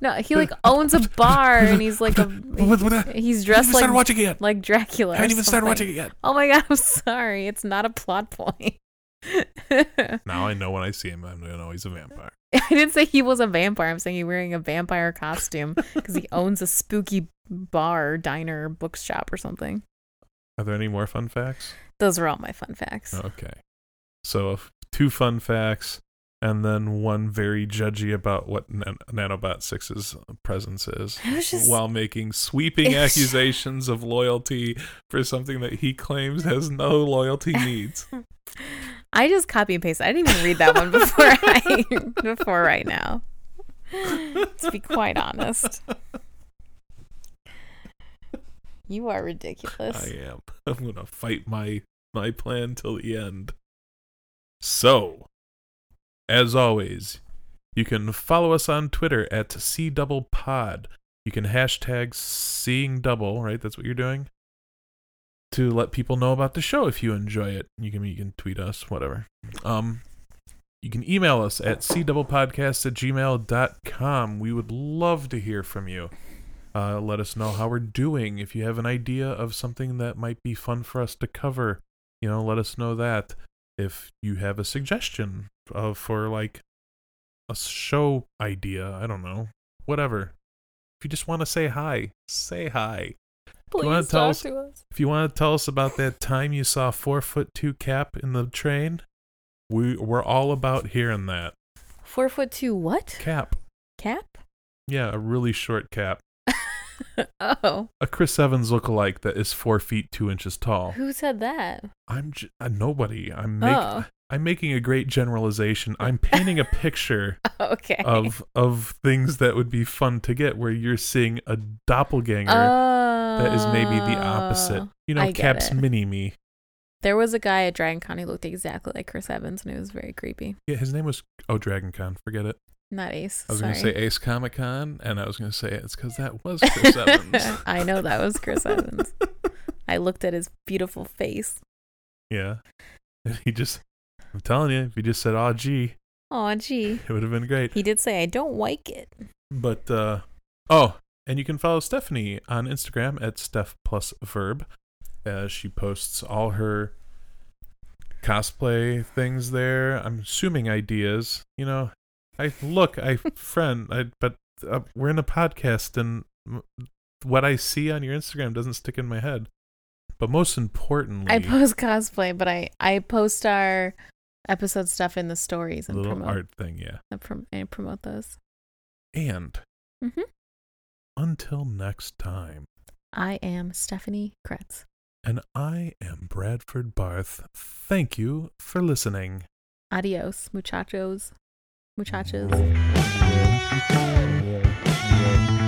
Speaker 2: No, he like owns a bar and he's like a he's
Speaker 1: I haven't
Speaker 2: dressed
Speaker 1: even started
Speaker 2: like
Speaker 1: watching it yet.
Speaker 2: like Dracula.
Speaker 1: I
Speaker 2: or
Speaker 1: haven't even started
Speaker 2: something.
Speaker 1: watching it yet.
Speaker 2: Oh my god, I'm sorry. It's not a plot point. I
Speaker 1: Now I know when I see him, I'm gonna know he's a vampire.
Speaker 2: didn't say he was a vampire. I'm saying he's wearing a vampire costume because he owns a spooky bar, diner, bookshop, or something.
Speaker 1: Are there any more fun facts?
Speaker 2: Those are all my fun facts.
Speaker 1: Okay. So f- two fun facts, and then one very judgy about what Nan- Nanobot 6's presence is,
Speaker 2: I was just
Speaker 1: while making sweeping accusations of loyalty for something that he claims has no loyalty needs.
Speaker 2: I just copy and paste. I didn't even read that one before I before right now. To be quite honest. You are ridiculous.
Speaker 1: I am. I'm gonna fight my my plan till the end. So, as always, you can follow us on Twitter at C Double Pod. You can hashtag Seeing Double, right? That's what you're doing. To let people know about the show if you enjoy it. You can you can tweet us, whatever. Um you can email us at cdoublepodcast at gmail.com. We would love to hear from you. Uh, let us know how we're doing. If you have an idea of something that might be fun for us to cover, you know, let us know that. If you have a suggestion of for like a show idea, I don't know, whatever. If you just want to say hi, say hi.
Speaker 2: Please
Speaker 1: wanna
Speaker 2: talk
Speaker 1: tell us-
Speaker 2: to us.
Speaker 1: If you want to tell us about that time you saw four foot two cap in the train, we we're all about hearing that
Speaker 2: Four foot two what?
Speaker 1: cap.
Speaker 2: Cap?
Speaker 1: Yeah, a really short cap,
Speaker 2: Oh.
Speaker 1: a Chris Evans lookalike that is four feet two inches tall.
Speaker 2: Who said that?
Speaker 1: I'm j- uh, nobody. I'm Oh. make-
Speaker 2: Oh.
Speaker 1: I'm making a great generalization. I'm painting a picture
Speaker 2: Okay. Oh.
Speaker 1: of of things that would be fun to get where you're seeing a doppelganger that is maybe the opposite.
Speaker 2: Oh.
Speaker 1: You know,
Speaker 2: I get
Speaker 1: Cap's
Speaker 2: it.
Speaker 1: mini me.
Speaker 2: There was a guy at Dragon Con who looked exactly like Chris Evans and it was very creepy.
Speaker 1: Yeah, his name was oh Dragon Con. Forget it.
Speaker 2: Not Ace.
Speaker 1: I was
Speaker 2: Sorry.
Speaker 1: gonna say Ace Comic Con, and I was gonna say it's because that was Chris Evans.
Speaker 2: I know that was Chris Evans. I looked at his beautiful face.
Speaker 1: Yeah, and he just. I'm telling you, if he just said "Oh, gee,"
Speaker 2: Oh, gee.
Speaker 1: it would have been great.
Speaker 2: He did say, I don't like it.
Speaker 1: But uh oh, and you can follow Stephanie on Instagram at Steph plus Verb. Uh, she posts all her cosplay things there. I'm assuming ideas. You know, I look, I friend, I but uh, we're in a podcast, and m- what I see on your Instagram doesn't stick in my head. But most importantly,
Speaker 2: I post cosplay, but I, I post our episode stuff in the stories and
Speaker 1: little
Speaker 2: promote,
Speaker 1: art thing, yeah.
Speaker 2: uh, prom- and promote those.
Speaker 1: And
Speaker 2: hmm
Speaker 1: until next time.
Speaker 2: I am Stephanie Kretz.
Speaker 1: And I am Bradford Barth. Thank you for listening.
Speaker 2: Adios, muchachos. Muchachos.
Speaker 1: Yeah.